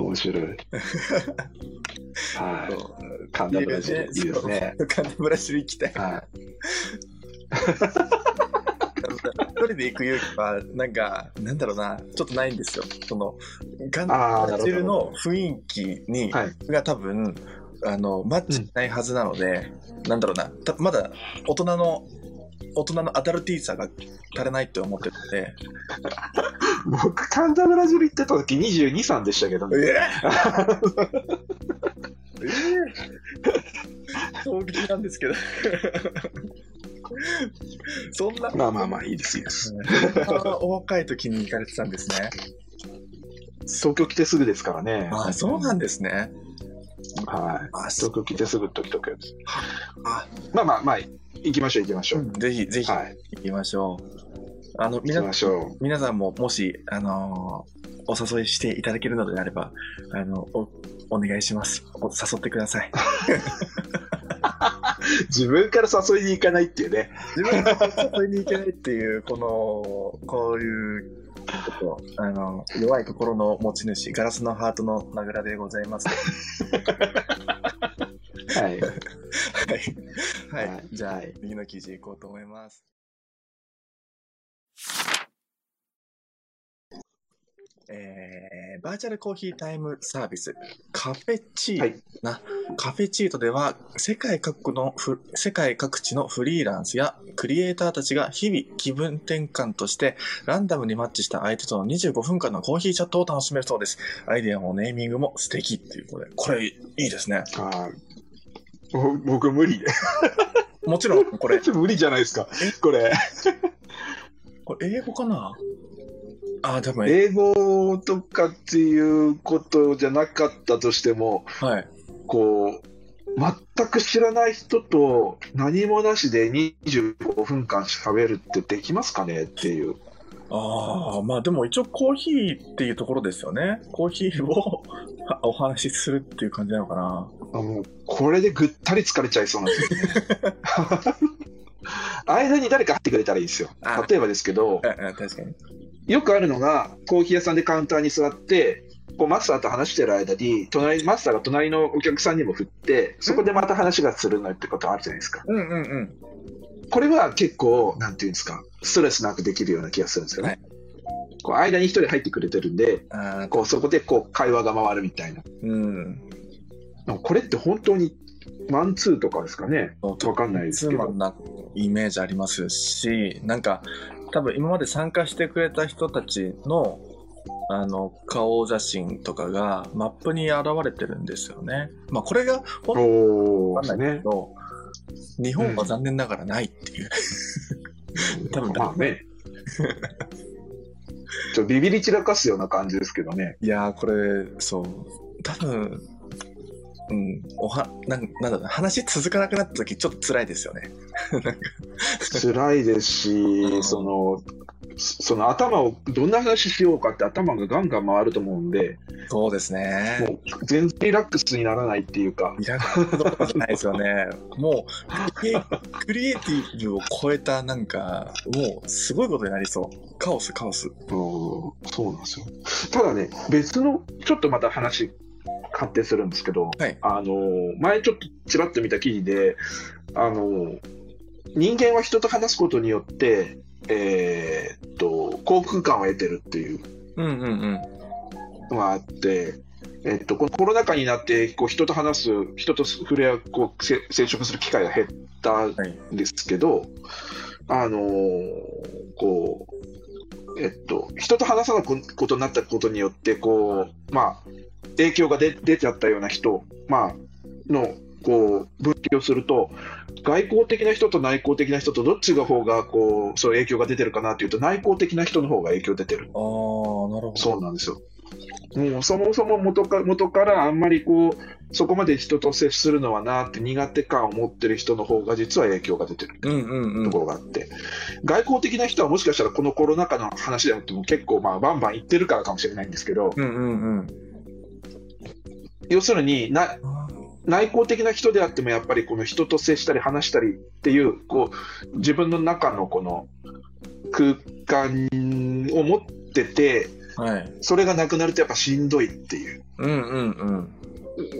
面白い。はそうい。神田ブラジル、いいですね。そう神田ブラジル行きたい。はそ人で行く勇気は、なんか、なんだろうな、ちょっとないんですよ。その、ガンあーなるほどブラジルの雰囲気に、はいが多分、あの、マッチしないはずなので、なんだろうな、たまだ大人の、大人のアダルティーさが足りないって思ってる僕、カンタブラジル行ってた時22、3でしたけどのね。で。えぇえぇ衝撃なんですけど。そんな、まあまあまあ、いいです、いいです。あお若い時に行かれてたんですね。東京来てすぐですからね。あそうなんですね。はい。あ、東京来てすぐ時々です。あまあまあまあ、行きましょう、行きましょう。ぜひぜひはい。行きましょう。あの行き皆ましょ皆さんももし、あのーお誘いしていただけるのであれば、あのおお願いします。お誘ってください。う。自分から誘いに行かないっていうね。自分が誘いに行けないっていうこのこういう。ちょっとあの弱い心の持ち主ガラスのハートの名倉でございます。はい。はい、ははいい、じゃあ、はい次の記事いこうと思います。えーバーチャルコーヒータイムサービスカフェチート、はいなカフェチートでは世界各国のフ世界各地のフリーランスやクリエイターたちが日々気分転換としてランダムにマッチした相手との25分間のコーヒーチャットを楽しめるそうですアイデアもネーミングも素敵っていうことでこれいいですねあーぼ僕無理。 [laughs] もちろんこれ無理じゃないですか。これ。これ英語かなあ、多分、英語とかっていうことじゃなかったとしても、はい。こう、全く知らない人と何もなしで25分間喋るってできますかねっていう。ああ、まあでも一応コーヒーっていうところですよね。コーヒーを [laughs] お話しするっていう感じなのかな。あもうこれでぐったり疲れちゃいそうなんですよね。間に誰か入ってくれたらいいですよあ。例えばですけど、ええ、確かに。よくあるのが、コーヒー屋さんでカウンターに座って、こうマスターと話してる間に隣、マスターが隣のお客さんにも振って、そこでまた話がするのってことあるじゃないですか。うんうんうん。これは結構、なんていうんですか、ストレスなくできるような気がするんですよね。はいこう間に一人入ってくれてるんで、ああ、こうそこでこう会話が回るみたいな。うん。でもこれって本当にマンツーとかですかね。わわかんないですツけーどマ。ンなイメージありますし、なんか、多分今まで参加してくれた人たちの、あの、顔写真とかがマップに現れてるんですよね。まあこれが本当おわーかんないけど、日本は残念ながらないっていう。多分まあ [laughs] ね。ちょっとビビり散らかすような感じですけどね。いやー、これ、そう、多分、うん、おは、なん、なんだろうな、話続かなくなった時、ちょっと辛いですよね。辛いですうんし、その、その頭を、どんな話しようかって頭がガンガン回ると思うんで、そうですね。もう全然リラックスにならないっていうか、いらないことじゃないですよね。もう、クリエイクリエイティブを超えた、なんか、もう、すごいことになりそう。カオス、カオス。うんそうなんですよ。ただね、別の、ちょっとまた話、鑑定するんですけど、はいあの、前ちょっとちらっと見た記事で、あの、人間は人と話すことによって、えーっと、幸福感を得てるっていううんうんうん。のがあって、えっと、このコロナ禍になってこう人と話す人と触れ合うこうせ接触する機会が減ったんはいですけど、あのーこうえっと人と話さないことになったことによってこうまあ影響が出出ちゃったような人、まあ、のこう分析をすると外交的な人と内向的な人とどっちが方がこうそう影響が出てるかなというと内向的な人の方が影響出てああ、るなるほど。そうなんですよ。もうそもそも元か元からあんまりこうそこまで人と接するのはなーって苦手感を持ってる人の方が実は影響が出てるうんうんうとんこ。ろがあって、外交的な人はもしかしたらこのコロナ禍の話であっても結構まあバンバン言ってるからかもしれないんですけどうんうんうん。要するにな内向的な人であってもやっぱりこの人と接したり話したりっていうこう自分の中のこの空間を持っててはい。それがなくなるとやっぱしんどいっていう。うんうん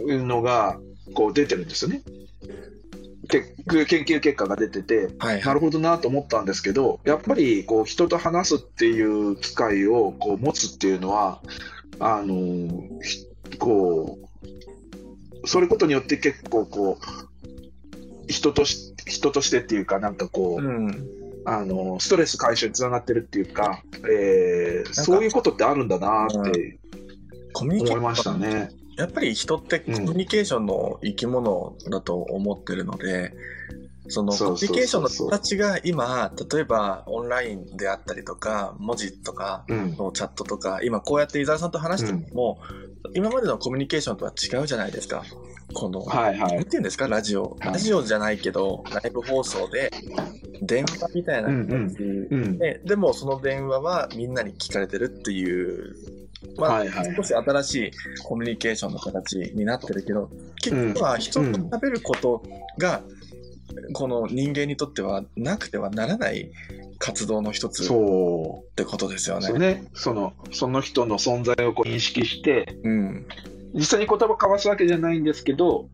うん。のがこう出てるんですよね。け研究結果が出てて、はいはないるほどなと思ったんですけど、やっぱりこう人と話すっていう機会をこう持つっていうのは、あのひこう、それことによって結構こう、人とし人としてっていうか、なんかこう、うんあのストレス解消につながってるっていうか、えーそういうことってあるんだなってコミュニケ思いーまシしョたン、ね。やっぱり人ってコミュニケーションの生き物だと思ってるので、そのコそミうュそうそうそうニケーションの形が今、例えばオンラインであったりとか、文字とか、うん、のチャットとか、今こうやって伊沢さんと話しても、今までのコミュニケーションとは違うじゃないですか。この、はいはなんい。ていうんですか、ラジオ。はいラジオじゃないけど、ライブ放送で、電話みたいなうんうん感じうん、で、でもその電話はみんなに聞かれてるっていう、まあ、はいはい少し新しいコミュニケーションの形になってるけど、結局は人と喋ることが、この人間にとってはなくてはならない活動の一つっそう。てことですよねそう。ね、そのその人の存在をこう認識してうん。実際に言葉を交わすわけじゃないんですけど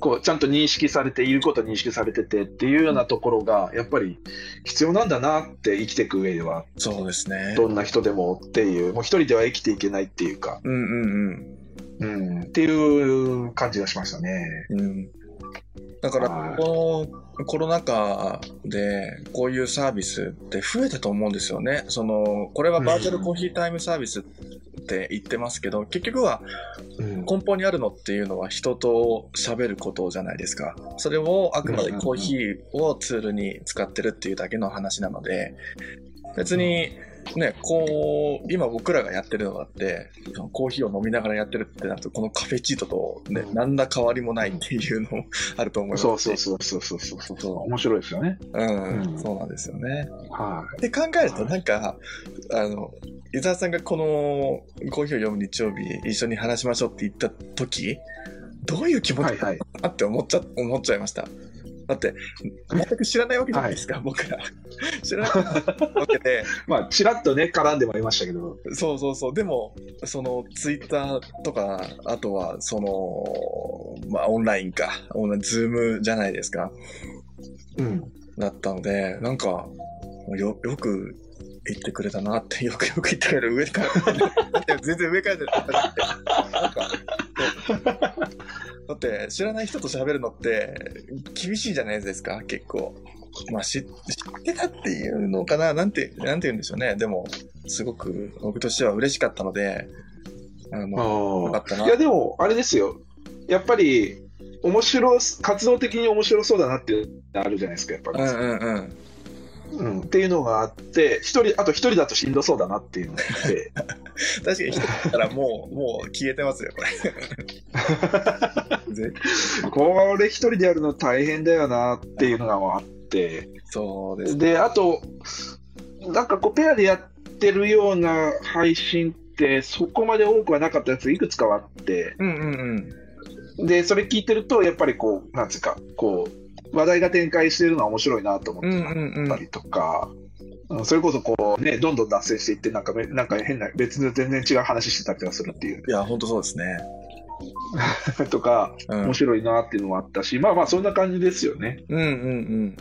こうちゃんと認識されていることを認識されててっていうようなところがやっぱり必要なんだなって生きていく上ではそうですね。どんな人でもっていうもう一人では生きていけないっていうか、うんうんうん、っていう感じがしましたね。うん。うん、だから、はいこのコロナ禍で、こういうサービスって増えたと思うんですよね。その、これはバーチャルコーヒータイムサービスって言ってますけど、結局はうん根本にあるのっていうのは人と喋ることじゃないですか。それをあくまでコーヒーをツールに使ってるっていうだけの話なので、別にね、こう、今僕らがやってるのだって、コーヒーを飲みながらやってるってなると、このカフェチートとね、うん何ら変わりもないっていうのもあると思います。そうそうそうそうそうそうそう面白いですよね。うん、うんそうなんですよね。はで考えるとなんか、あの、伊沢さんがこのコーヒーを読む日曜日一緒に話しましょうって言った時、どういう気い、持ちはい、はい。あって思っちゃ思っちゃいました。だって、全く知らないわけじゃないですか、僕ら。知らないわけで、まあちらっとね絡んでもありましたけど、そうそうそう、でも、そのツイッターとか、あとは、その、まあ、オンラインか、オンライン、ズームじゃないですか、うん、だったので、なんか、よよく言ってくれたなって、よ [laughs] くよく言ってくれる、上から、 [laughs] だって全然上からじゃなくて、なんか、だって知らない人と喋るのって厳しいじゃないですか、結構。まあ、知知ってたっていうのかな、なんて、なんて言うんでしょうね。でも、すごく僕としては嬉しかったので、あの、あよかったないや。でもあれですよやっぱり面白す活動的に面白そうだなっていうのあるじゃないですかやっぱうり、んうんうん。うんっていうのがあって一人あと一人だとしんどそうだなっていうのがあって確かに人だったらもう、もう消えてますよ、これ。ぜこれ一人でやるの大変だよなっていうのがあってそうですねであとなんかこうペアでやってるような配信ってそこまで多くはなかったやついくつかはあってうんうんうん。でそれ聞いてるとやっぱりこうなんつうかこう話題が展開してるのは面白いなと思って、うんうんったうん。りとか、うんそれこそこう、ね、どんどん脱線していってなんかめ、なんか変な、別の全然違う話してたりとかするっていう [laughs] いや、本当そうですね。とか、うん、うん面白いなっていうのもあったし、まあまあ、そんな感じですよね。うんうん。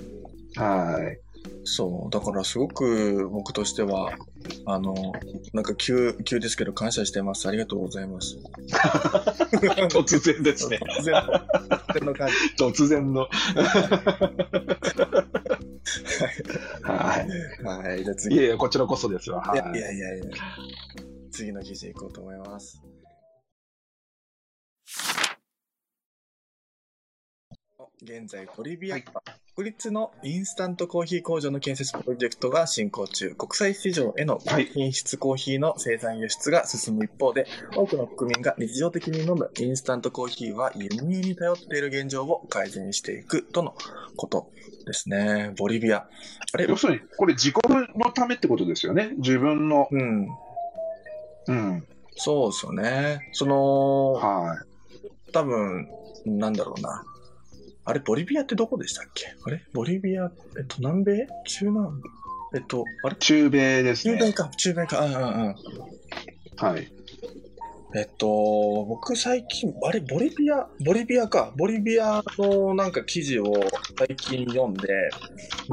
はい。そう、だからすごく僕としては、あの、なんか急、急ですけど感謝してます。ありがとうござい [laughs] ます。 [laughs] 突然で [laughs] すね。突然の突然の感じ。 [laughs] 突然の。 [laughs] ははい、じゃあい。次。いいやいや、こちらこそですわ。はやいい。やいやいや。次の記事いこうと思います。現在、ボリビアはい国立のインスタントコーヒー工場の建設プロジェクトが進行中、国際市場へのはい品質コーヒーの生産輸出が進む一方で、多くの国民が日常的に飲むインスタントコーヒーは輸入に頼っている現状を改善していくとのことですね。ボリビア。あれ要するに、これ自己のためってことですよね。自分の。うん。うん。そうですよね。その、はい。多分、なんだろうな。あれ、ボリビアってどこでしたっけあれボリビア、えっと、南米中南部えっと、あれ中米です中米ね。か、中米か、うんうんうん。はい。えっと、僕最近、あれ、ボリビア、ボリビアか、ボリビアのなんか記事を最近読んで、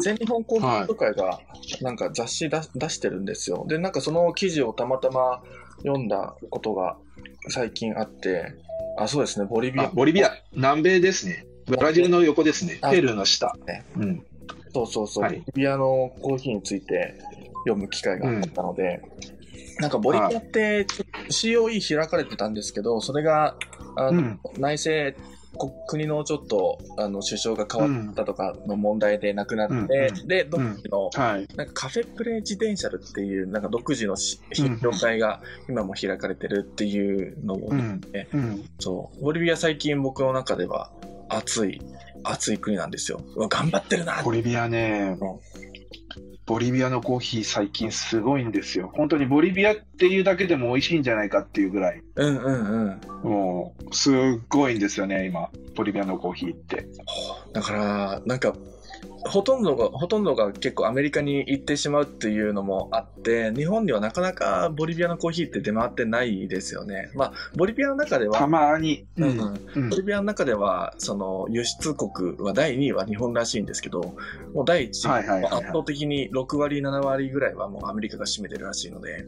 全日本航空協会がなんか雑誌だ出してるんですよ。で、なんかその記事をたまたま読んだことが最近あって、あ、そうですね、ボリビア。あボリビア、南米ですね。ブラジルの横ですね。あペルーの下ね。うん。そうそうそう、はいボリビアのコーヒーについて読む機会があったので、なんかボリビアってちょ COE 開かれてたんですけど、それがあうの、ん。内政こ国のちょっとあの首相が変わったとかの問題でなくなって、うで、独自の、はい。なんかカフェプレジデンシャルっていう、なんか独自のし業界が今も開かれてるっていうのを、うん。うん。そう、ボリビア最近僕の中では熱い、熱い国なんですよ。うわ頑張ってるなってボリビアね、ボリビアのコーヒー最近すごいんですよ。本当にボリビアっていうだけでも美味しいんじゃないかっていうぐらい、うんうんうん。もうすっごいんですよね、今、ボリビアのコーヒーって。だから、なんか、ほとんどが、ほとんどが結構アメリカに行ってしまうっていうのもあって、日本にはなかなかボリビアのコーヒーって出回ってないですよね。まあ、ボリビアの中でたは、まに、ううんんうんうんボリビアの中では、その、輸出国は第2位は日本らしいんですけど、もう第1位、はいはいはいはい圧倒的に6割、7割ぐらいはもうアメリカが占めてるらしいので、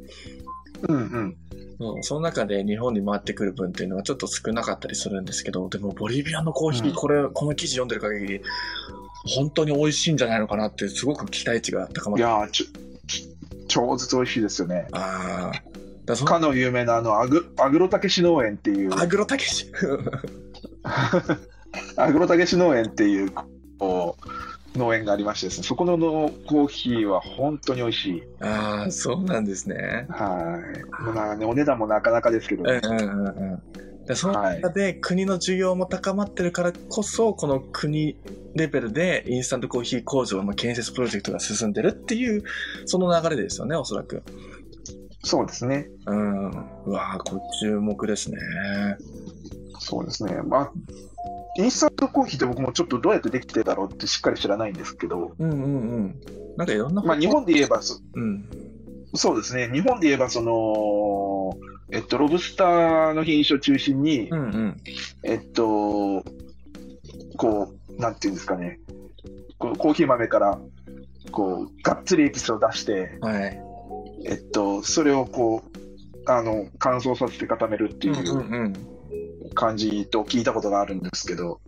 うんうん、うん、その中で日本に回ってくる分っていうのはちょっと少なかったりするんですけど、でもボリビアのコーヒー、うんこれ、この記事読んでる限り、本当に美味しいんじゃないのかなって、すごく期待値が高まって。いやーちょ超絶美味しいですよね。ああ。だそのかの有名なあのアグアグロタケシ農園っていうアグロタケシ。アグロタケシ農園っていうこう農園がありましてですねそこののコーヒーは本当に美味しい。 [laughs] ああ、そうなんですね。はい。まあね、お値段もなかなかですけど、うんうんうんうん。でその中で国の需要も高まってるからこそ、この国レベルでインスタントコーヒー工場の建設プロジェクトが進んでるっていう、その流れですよね、おそらく。そうですね。うん。うわぁ、これ注目ですね。そうですね。まあ、インスタントコーヒーって僕もちょっとどうやってできてたろうってしっかり知らないんですけど、うんうんうん。なんかいろんなまあ日本で言えばそ、うん。そうですね。日本で言えば、その、えっと、ロブスターの品種を中心に、うんうん。えっと、こう、なんていうんですかね、こうコーヒー豆から、こう、がっつりエキスを出して、はい。えっと、それをこう、あの、乾燥させて固めるってうんいううんうん。感じと聞いたことがあるんですけど、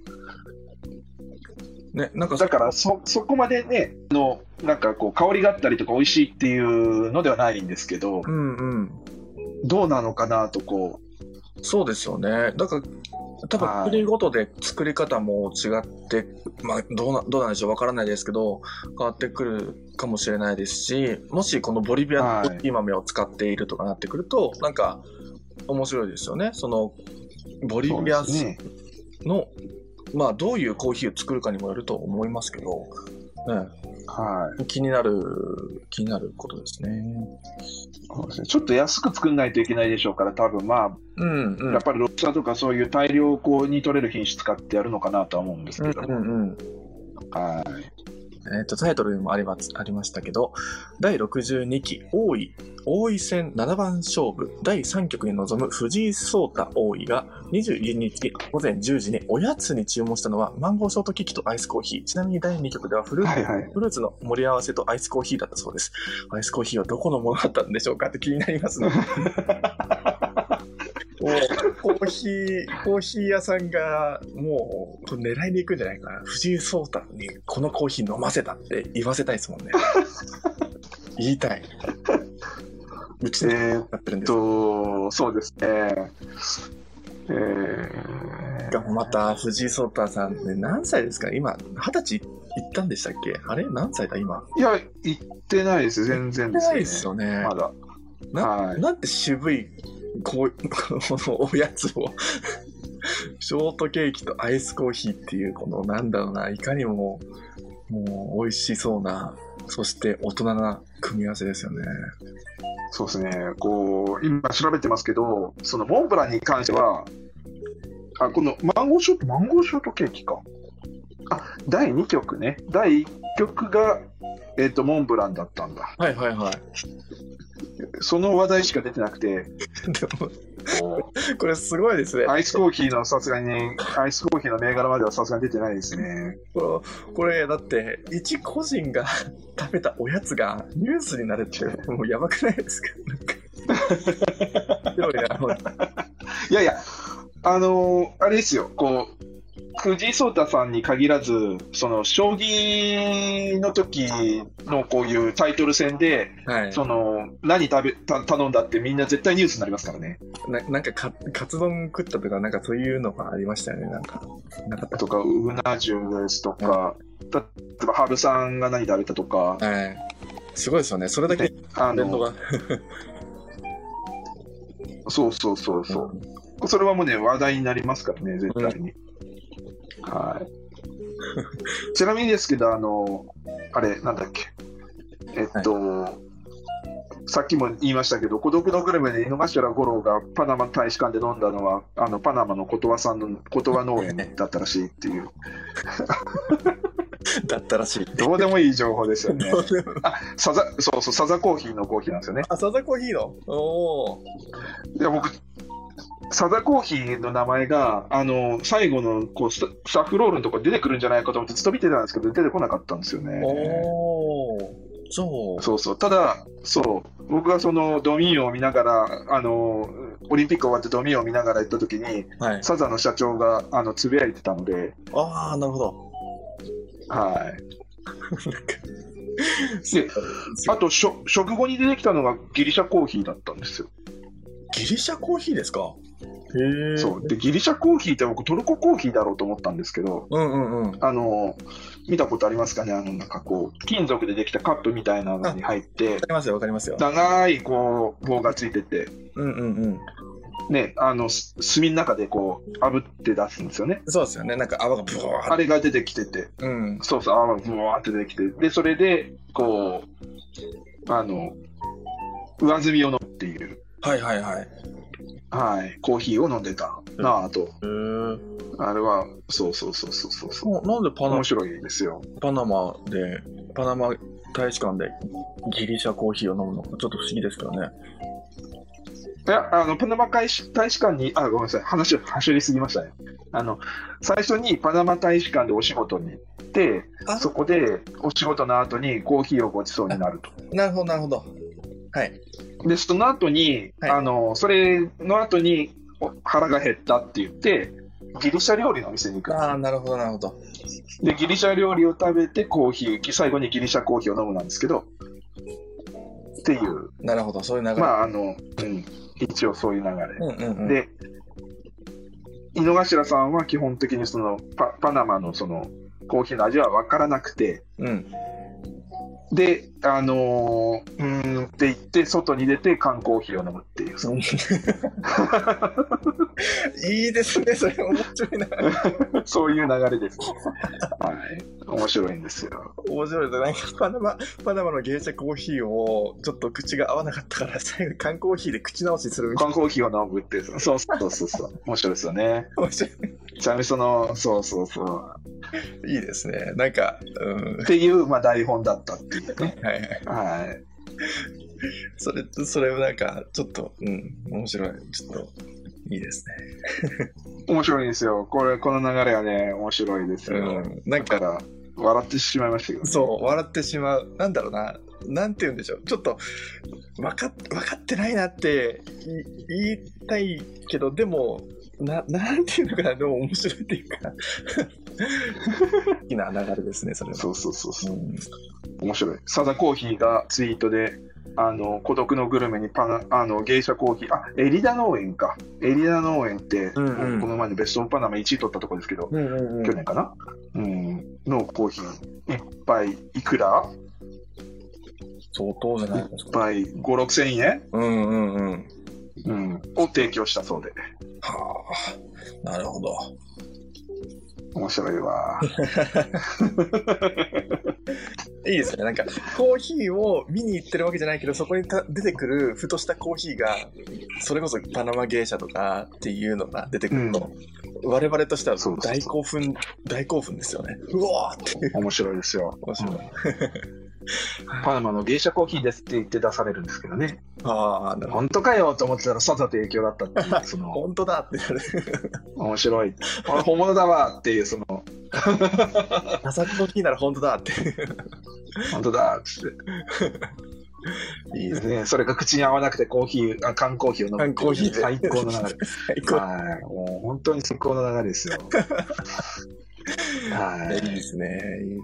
ね、なんかだからそ、そこまでね、あの、なんかこう、香りがあったりとか美味しいっていうのではないんですけど、うんうん。どうなのかなと、こそうですよね。だから、多分はい国ごとで作り方も違って、まあ、どうな、どうなんでしょうわからないですけど、変わってくるかもしれないですし、もしこのボリビアのはいコーヒー豆を使っているとかなってくると、なんか、面白いですよね。その、ボう、リそうビでアすね。の、まあ、どういうコーヒーを作るかにもよると思いますけど、ね、はい。気になる、気になることですね。そうですねちょっと安く作んないといけないでしょうから、多分まうんあ、うん。やっぱりロブスターとかそういう大量こうに取れる品種使ってやるのかなとは思うんですうけんど、うんうんはいえっとタイトルにもありますありましたけど第62期王位王位戦7番勝負第3局に臨む藤井聡太王位が22日午前10時におやつに注文したのはマンゴーショートケーキとアイスコーヒーちなみに第2局ではフルーツはいはい。フルーツの盛り合わせとアイスコーヒーだったそうです。アイスコーヒーはどこのものだったんでしょうかって気になりますね。もうコーヒー、コーヒー屋さんがもうこれ狙いに行くんじゃないかな。藤井聡太にこのコーヒー飲ませたって言わせたいですもんね。言いたい。うちえにーっなってるんですと、そうですね。えーけど、また藤井聡太さんね、何歳ですか今、二十歳行ったんでしたっけあれ何歳だ今。いや、行ってないです、全然ですよ、ないね。ですよね。まだ。なはい。なんて渋い、こう、このおやつを、ショートケーキとアイスコーヒーっていう、このなんだろうな、いかにも、もう美味しそうな、そして大人な組み合わせですよね。そうですね。こう、今調べてますけど、そのモンブランに関しては、あ、このマンゴーショート、マンゴーショートケーキか。あ、第2曲ね。第1曲が、えっ、と、モンブランだったんだ。はいはいはい。 [laughs] その話題しか出てなくて、でも、これすごいですね。アイスコーヒーのさすがに、アイスコーヒーの銘柄まではさすがに出てないですね。これ、これだって、一個人が [laughs] 食べたおやつがニュースになるって、もうやばくないですかなんか。 [laughs] ひどいな、ほらいやいや、あのーあれですよ、こう、藤井聡太さんに限らず、その将棋の時のこういうタイトル戦で、はい。その何食べた頼んだってみんな絶対ニュースになりますからね。ななんかか、カツ丼食ったとか、なんかそういうのがありましたよね、なんか。なかっとか、うな重ですとか、例えば、春さんが何食べたとか、た。はい。すごいですよね。それだけあ連動の、が。そうそうそうそう。それはもうね、話題になりますからね、絶対に。はい。ちなみにですけど、あの、あれ、なんだっけ。えっと、さっきも言いましたけど、孤独のグルメで井の頭五郎がパナマ大使館で飲んだのは、あの、パナマの言葉さんの言葉農園だったらしいっていう、だったらしい。どうでもいい情報です [laughs] よねど。うでもあ、サザ、そうそう、サザコーヒーのコーヒーなんですよね。あ、サザコーヒーのおーいや僕サザコーヒーの名前があの最後のこうスタスタッフロールのところ出てくるんじゃないかと思ってずっと見てたんですけど出てこなかったんですよね。おーそう。そうそうただそう僕がそのドミーンを見ながらあのオリンピック終わってドミーンを見ながら行った時にはい。サザの社長があのつぶやいてたので、ああ、なるほど。はい、なんかであとしょ食後に出てきたのがギリシャコーヒーだったんですよ。ギリシャコーヒーですかへえ。そうでギリシャコーヒーって僕トルココーヒーだろうと思ったんですけどうんうんうん。あの、見たことありますかねあの、なんかこう、金属でできたカップみたいなのに入ってわか、りますよ、わかりますよ。長いこう、棒がついてて、うんうんうん。ね、あの、す炭の中でこう、炙って出すんですよね。そうですよね。なんか泡がブワーあれが出てきてて、うん。そうそう、泡がブワーって出てきて、で、それで、こう、あの、上積みを飲むっていう、はいはいはい。はい、コーヒーを飲んでたなぁと、へえ。あれは、そうそうそうそうそうそう、なんでパナ面白いですよ。パナマで、パナマ大使館でギリシャコーヒーを飲むのか、ちょっと不思議ですけどね。いや、あの、パナマ大使大使館に、あ、ごめんなさい、話を走りすぎましたね。あの、最初にパナマ大使館でお仕事に行ってあ、そこでお仕事の後にコーヒーをごちそうになると。なるほど、なるほど。はい。で、その後に、はいあの、それの後にお腹が減ったって言って、ギリシャ料理のお店に行くんああ、でなるほど、なるほど。すで、ギリシャ料理を食べてコーヒー、最後にギリシャコーヒーを飲むなんですけど、っていう、なるほど、そういう流れ。まあ、あの、うん、一応そういう流れ。うんうんうん。で、井の頭さんは基本的にそのパパナマのそのコーヒーの味は分からなくて、うん。で、あのーうーんって言って、外に出て缶コーヒーを飲むってい [laughs] う、 [laughs] そのいいですね、それ面白いな。そういう流れです、はい。面白いんですよ。面白いですね。なんかパナマ、パナマの芸者コーヒーを、ちょっと口が合わなかったから、最後缶コーヒーで口直しするみたい缶コーヒーを飲むっていう、そうそうそうそう、面白いですよね。な。面白い。ちなみにその、そうそうそう。いいですね。なんか、うん。っていう、まあ、台本だったっていうね。はいはい。はい。それ、それをなんか、ちょっと、うん、面白い。ちょっと、いいですね。面白いんですよ。これ、この流れはね、面白いですよ。うん。なんか、だから、笑ってしまいましたけど、そう、笑ってしまう。なんだろうな。なんて言うんでしょう。ちょっと、わかっ、わかってないなってい言いたいけど、でも、な、なんていうのかな。でも面白いっていう [laughs] か。好きな流れですね、それは。そうそうそうそうう。ん面白い。サザコーヒーがツイートで、あの、孤独のグルメにパナ、あの、芸者コーヒー、あ、エリダ農園か。エリダ農園って、うんうんこの前のベストオンパナマ1位取ったとこですけど、うんうんうん去年かなうん。のコーヒー、一杯いくら相当じゃないです一か。杯5、6千円うんうんうん。うん。を提供したそうで。はあ、なるほど。面白い [laughs] わ。いいですね。なんか、コーヒーを見に行ってるわけじゃないけど、そこにた出てくる、ふとしたコーヒーが、それこそパナマ芸者とかっていうのが出てくると、我々としてはそうそうそう大興奮、大興奮ですよね。うわーっていう。面白いですよ。面白い。パナマの芸者コーヒーですって言って出されるんですけどね。ああ、なるほど。本当かよと思ってたら、さざと影響だったっていう、その、本当だってなる。面白い。あ本物だわっていう、そ [laughs] の、ダサくの日なら本当だって。本当だっつって。いいですね。ね、それが口に合わなくてコーヒー、あ缶コーヒーを飲むっていう缶コーヒーで最高の流れ。 [laughs] 最高。はい。もう本当に最高の流れで [laughs] すよ。はいいい。ですね。いい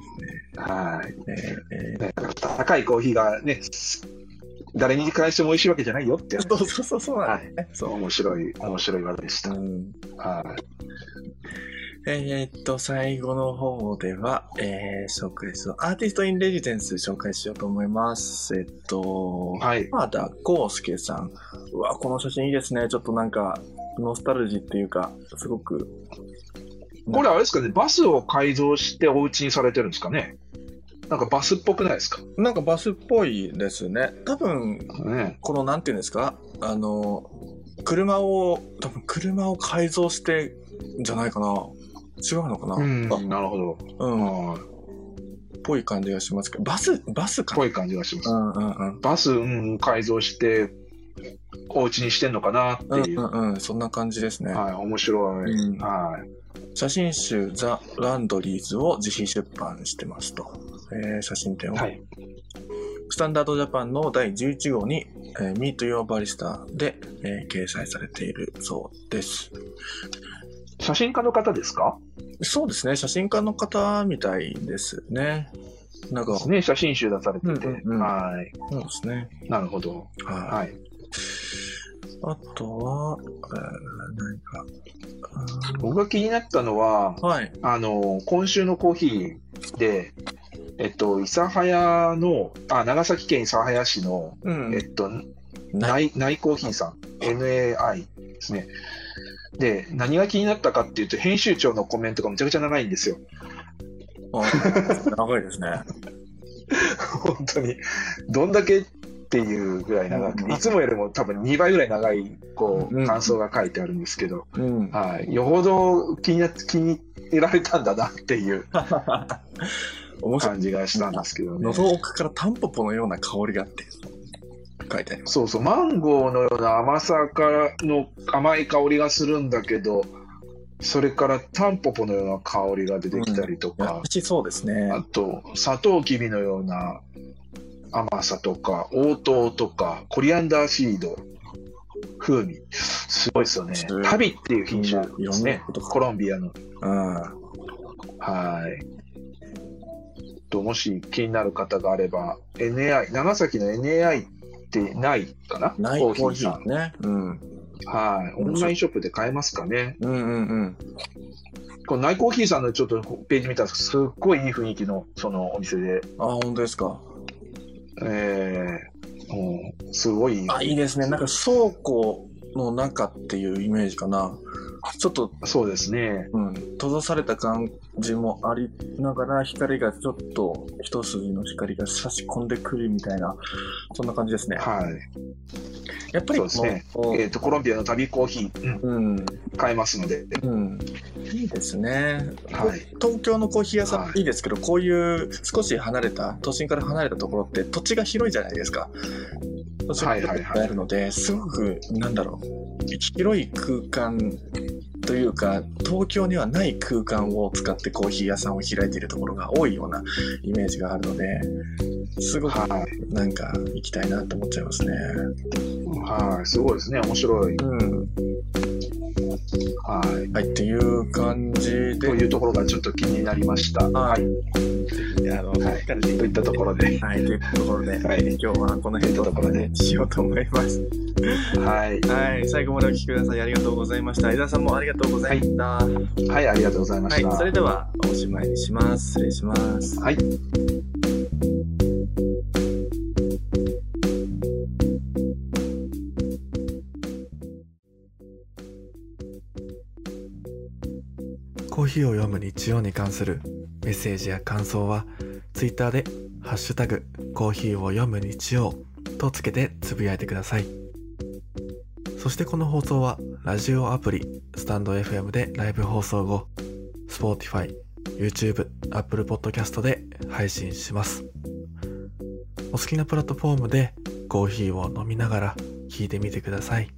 はい。ですね。ね高いコーヒーがね、誰に返しても美味しいわけじゃないよってやつ。そうそうそうそうなんはい。だね。そう。面白い、面白い技でした。うんはい。えーっと、最後の方では、えー、紹介するアーティスト・イン・レジデンス紹介しようと思います。えっと、はい。浜田康介さん。うわ、この写真いいですね。ちょっとなんか、ノスタルジーっていうか、すごく、これあれですかね、バスを改造してお家にされてるんですかね。なんかバスっぽくないですかなんかバスっぽいですね。多分、ね。この、なんていうんですかあの、車を、多分車を改造して、じゃないかな。違うのかなうん、なるほど。あうん。はい。ぽい感じがしますけど、バス、バスかぽい感じがしますう。んうんうん。バス、うん、改造して、お家にしてんのかなうんっていうう。んうん、そんな感じですね。はい、面白い。うんはい。写真集ザ・ランドリーズを自費出版してますと。えー写真展を、はい。スタンダードジャパンの第11号に、えー、Meet Your Barista で、えー掲載されているそうです。写真家の方ですかそうですね、写真家の方みたいですね。なんか、ね、写真集出されてて。うんうんうんはい。そうですね。なるほど。はい。はい。あとは、えー、何か。あ僕が気になったのは、ーはい。あの、今週のコーヒーで、えっと、諫早の、あ、長崎県諫早市の、うえん。っと、な [laughs] ナイナイコーヒーさん、NAI ですね。で、何が気になったかっていうと、編集長のコメントがめちゃくちゃ長いんですよ。あー長いですね。本当にどんだけっていうぐらい長うくんていつもよりも多分2倍ぐらい長いこううん感想が書いてあるんですけど、うん。はい、よほど気にな気に入れられたんだなっていう [laughs] 面白い。感じがしたんですけどね。喉奥からタンポポのような香りがあって、書いてあります。そうそうマンゴーのような甘さからの甘い香りがするんだけどそれからタンポポのような香りが出てきたりといや美か、味しそうですね。あとサトウキビのような甘さとか黄桃とかコリアンダーシード風味すごいですよねすごいタビっていう品種いでろんすなねことがコロンビアのうん。はいともし気になる方があれば NAI 長崎の NAI ってないかなないコーヒーね。うん。さんはいオンラインショップで買えますかねうんうんうん。このナイコーヒーさんのちょっとページ見たらすっごいいい雰囲気のそのお店であ、本当ですか。えー、もうすごいあ、いいですね。なんか倉庫の中っていうイメージかな。ちょっと、そうですね。うん、閉ざされた感じもありながら、光がちょっと一筋の光が差し込んでくるみたいな、そんな感じですね。はい。やっぱりそうですねこうえっ、と、コロンビアの旅コーヒー、うんうん。買えますので。うん、いいですね、はい東京のコーヒー屋さんはいいいですけど、こういう少し離れた都心から離れたところって土地が広いじゃないですか土地がはいはいはいあるのですごくなんだろう広い空間というか東京にはない空間を使ってコーヒー屋さんを開いているところが多いようなイメージがあるのですごくはい。なんか行きたいなって思っちゃいますね。はい。すごいですね。面白い。うん、ははいっていう感じでい。というところがちょっと気になりました。はいい。あの、はい疲れていといったところで。はい、というところで、はい。今日はこの辺のところでしようと思います。はい。はい、最後までお聞きください。ありがとうございました。伊沢さんもありがとうございました。ははい。ありがとうございましい、た。それではおしまいにします。失礼します。はいコーヒーを読む日曜に関するメッセージや感想は、ツイッターで、ハッシュタグ、コーヒーを読む日曜とつけてつぶやいてください。そしてこの放送は、ラジオアプリ、スタンド FM でライブ放送後、Spotify、YouTube、Apple Podcast で配信します。お好きなプラットフォームでコーヒーを飲みながら聞いてみてください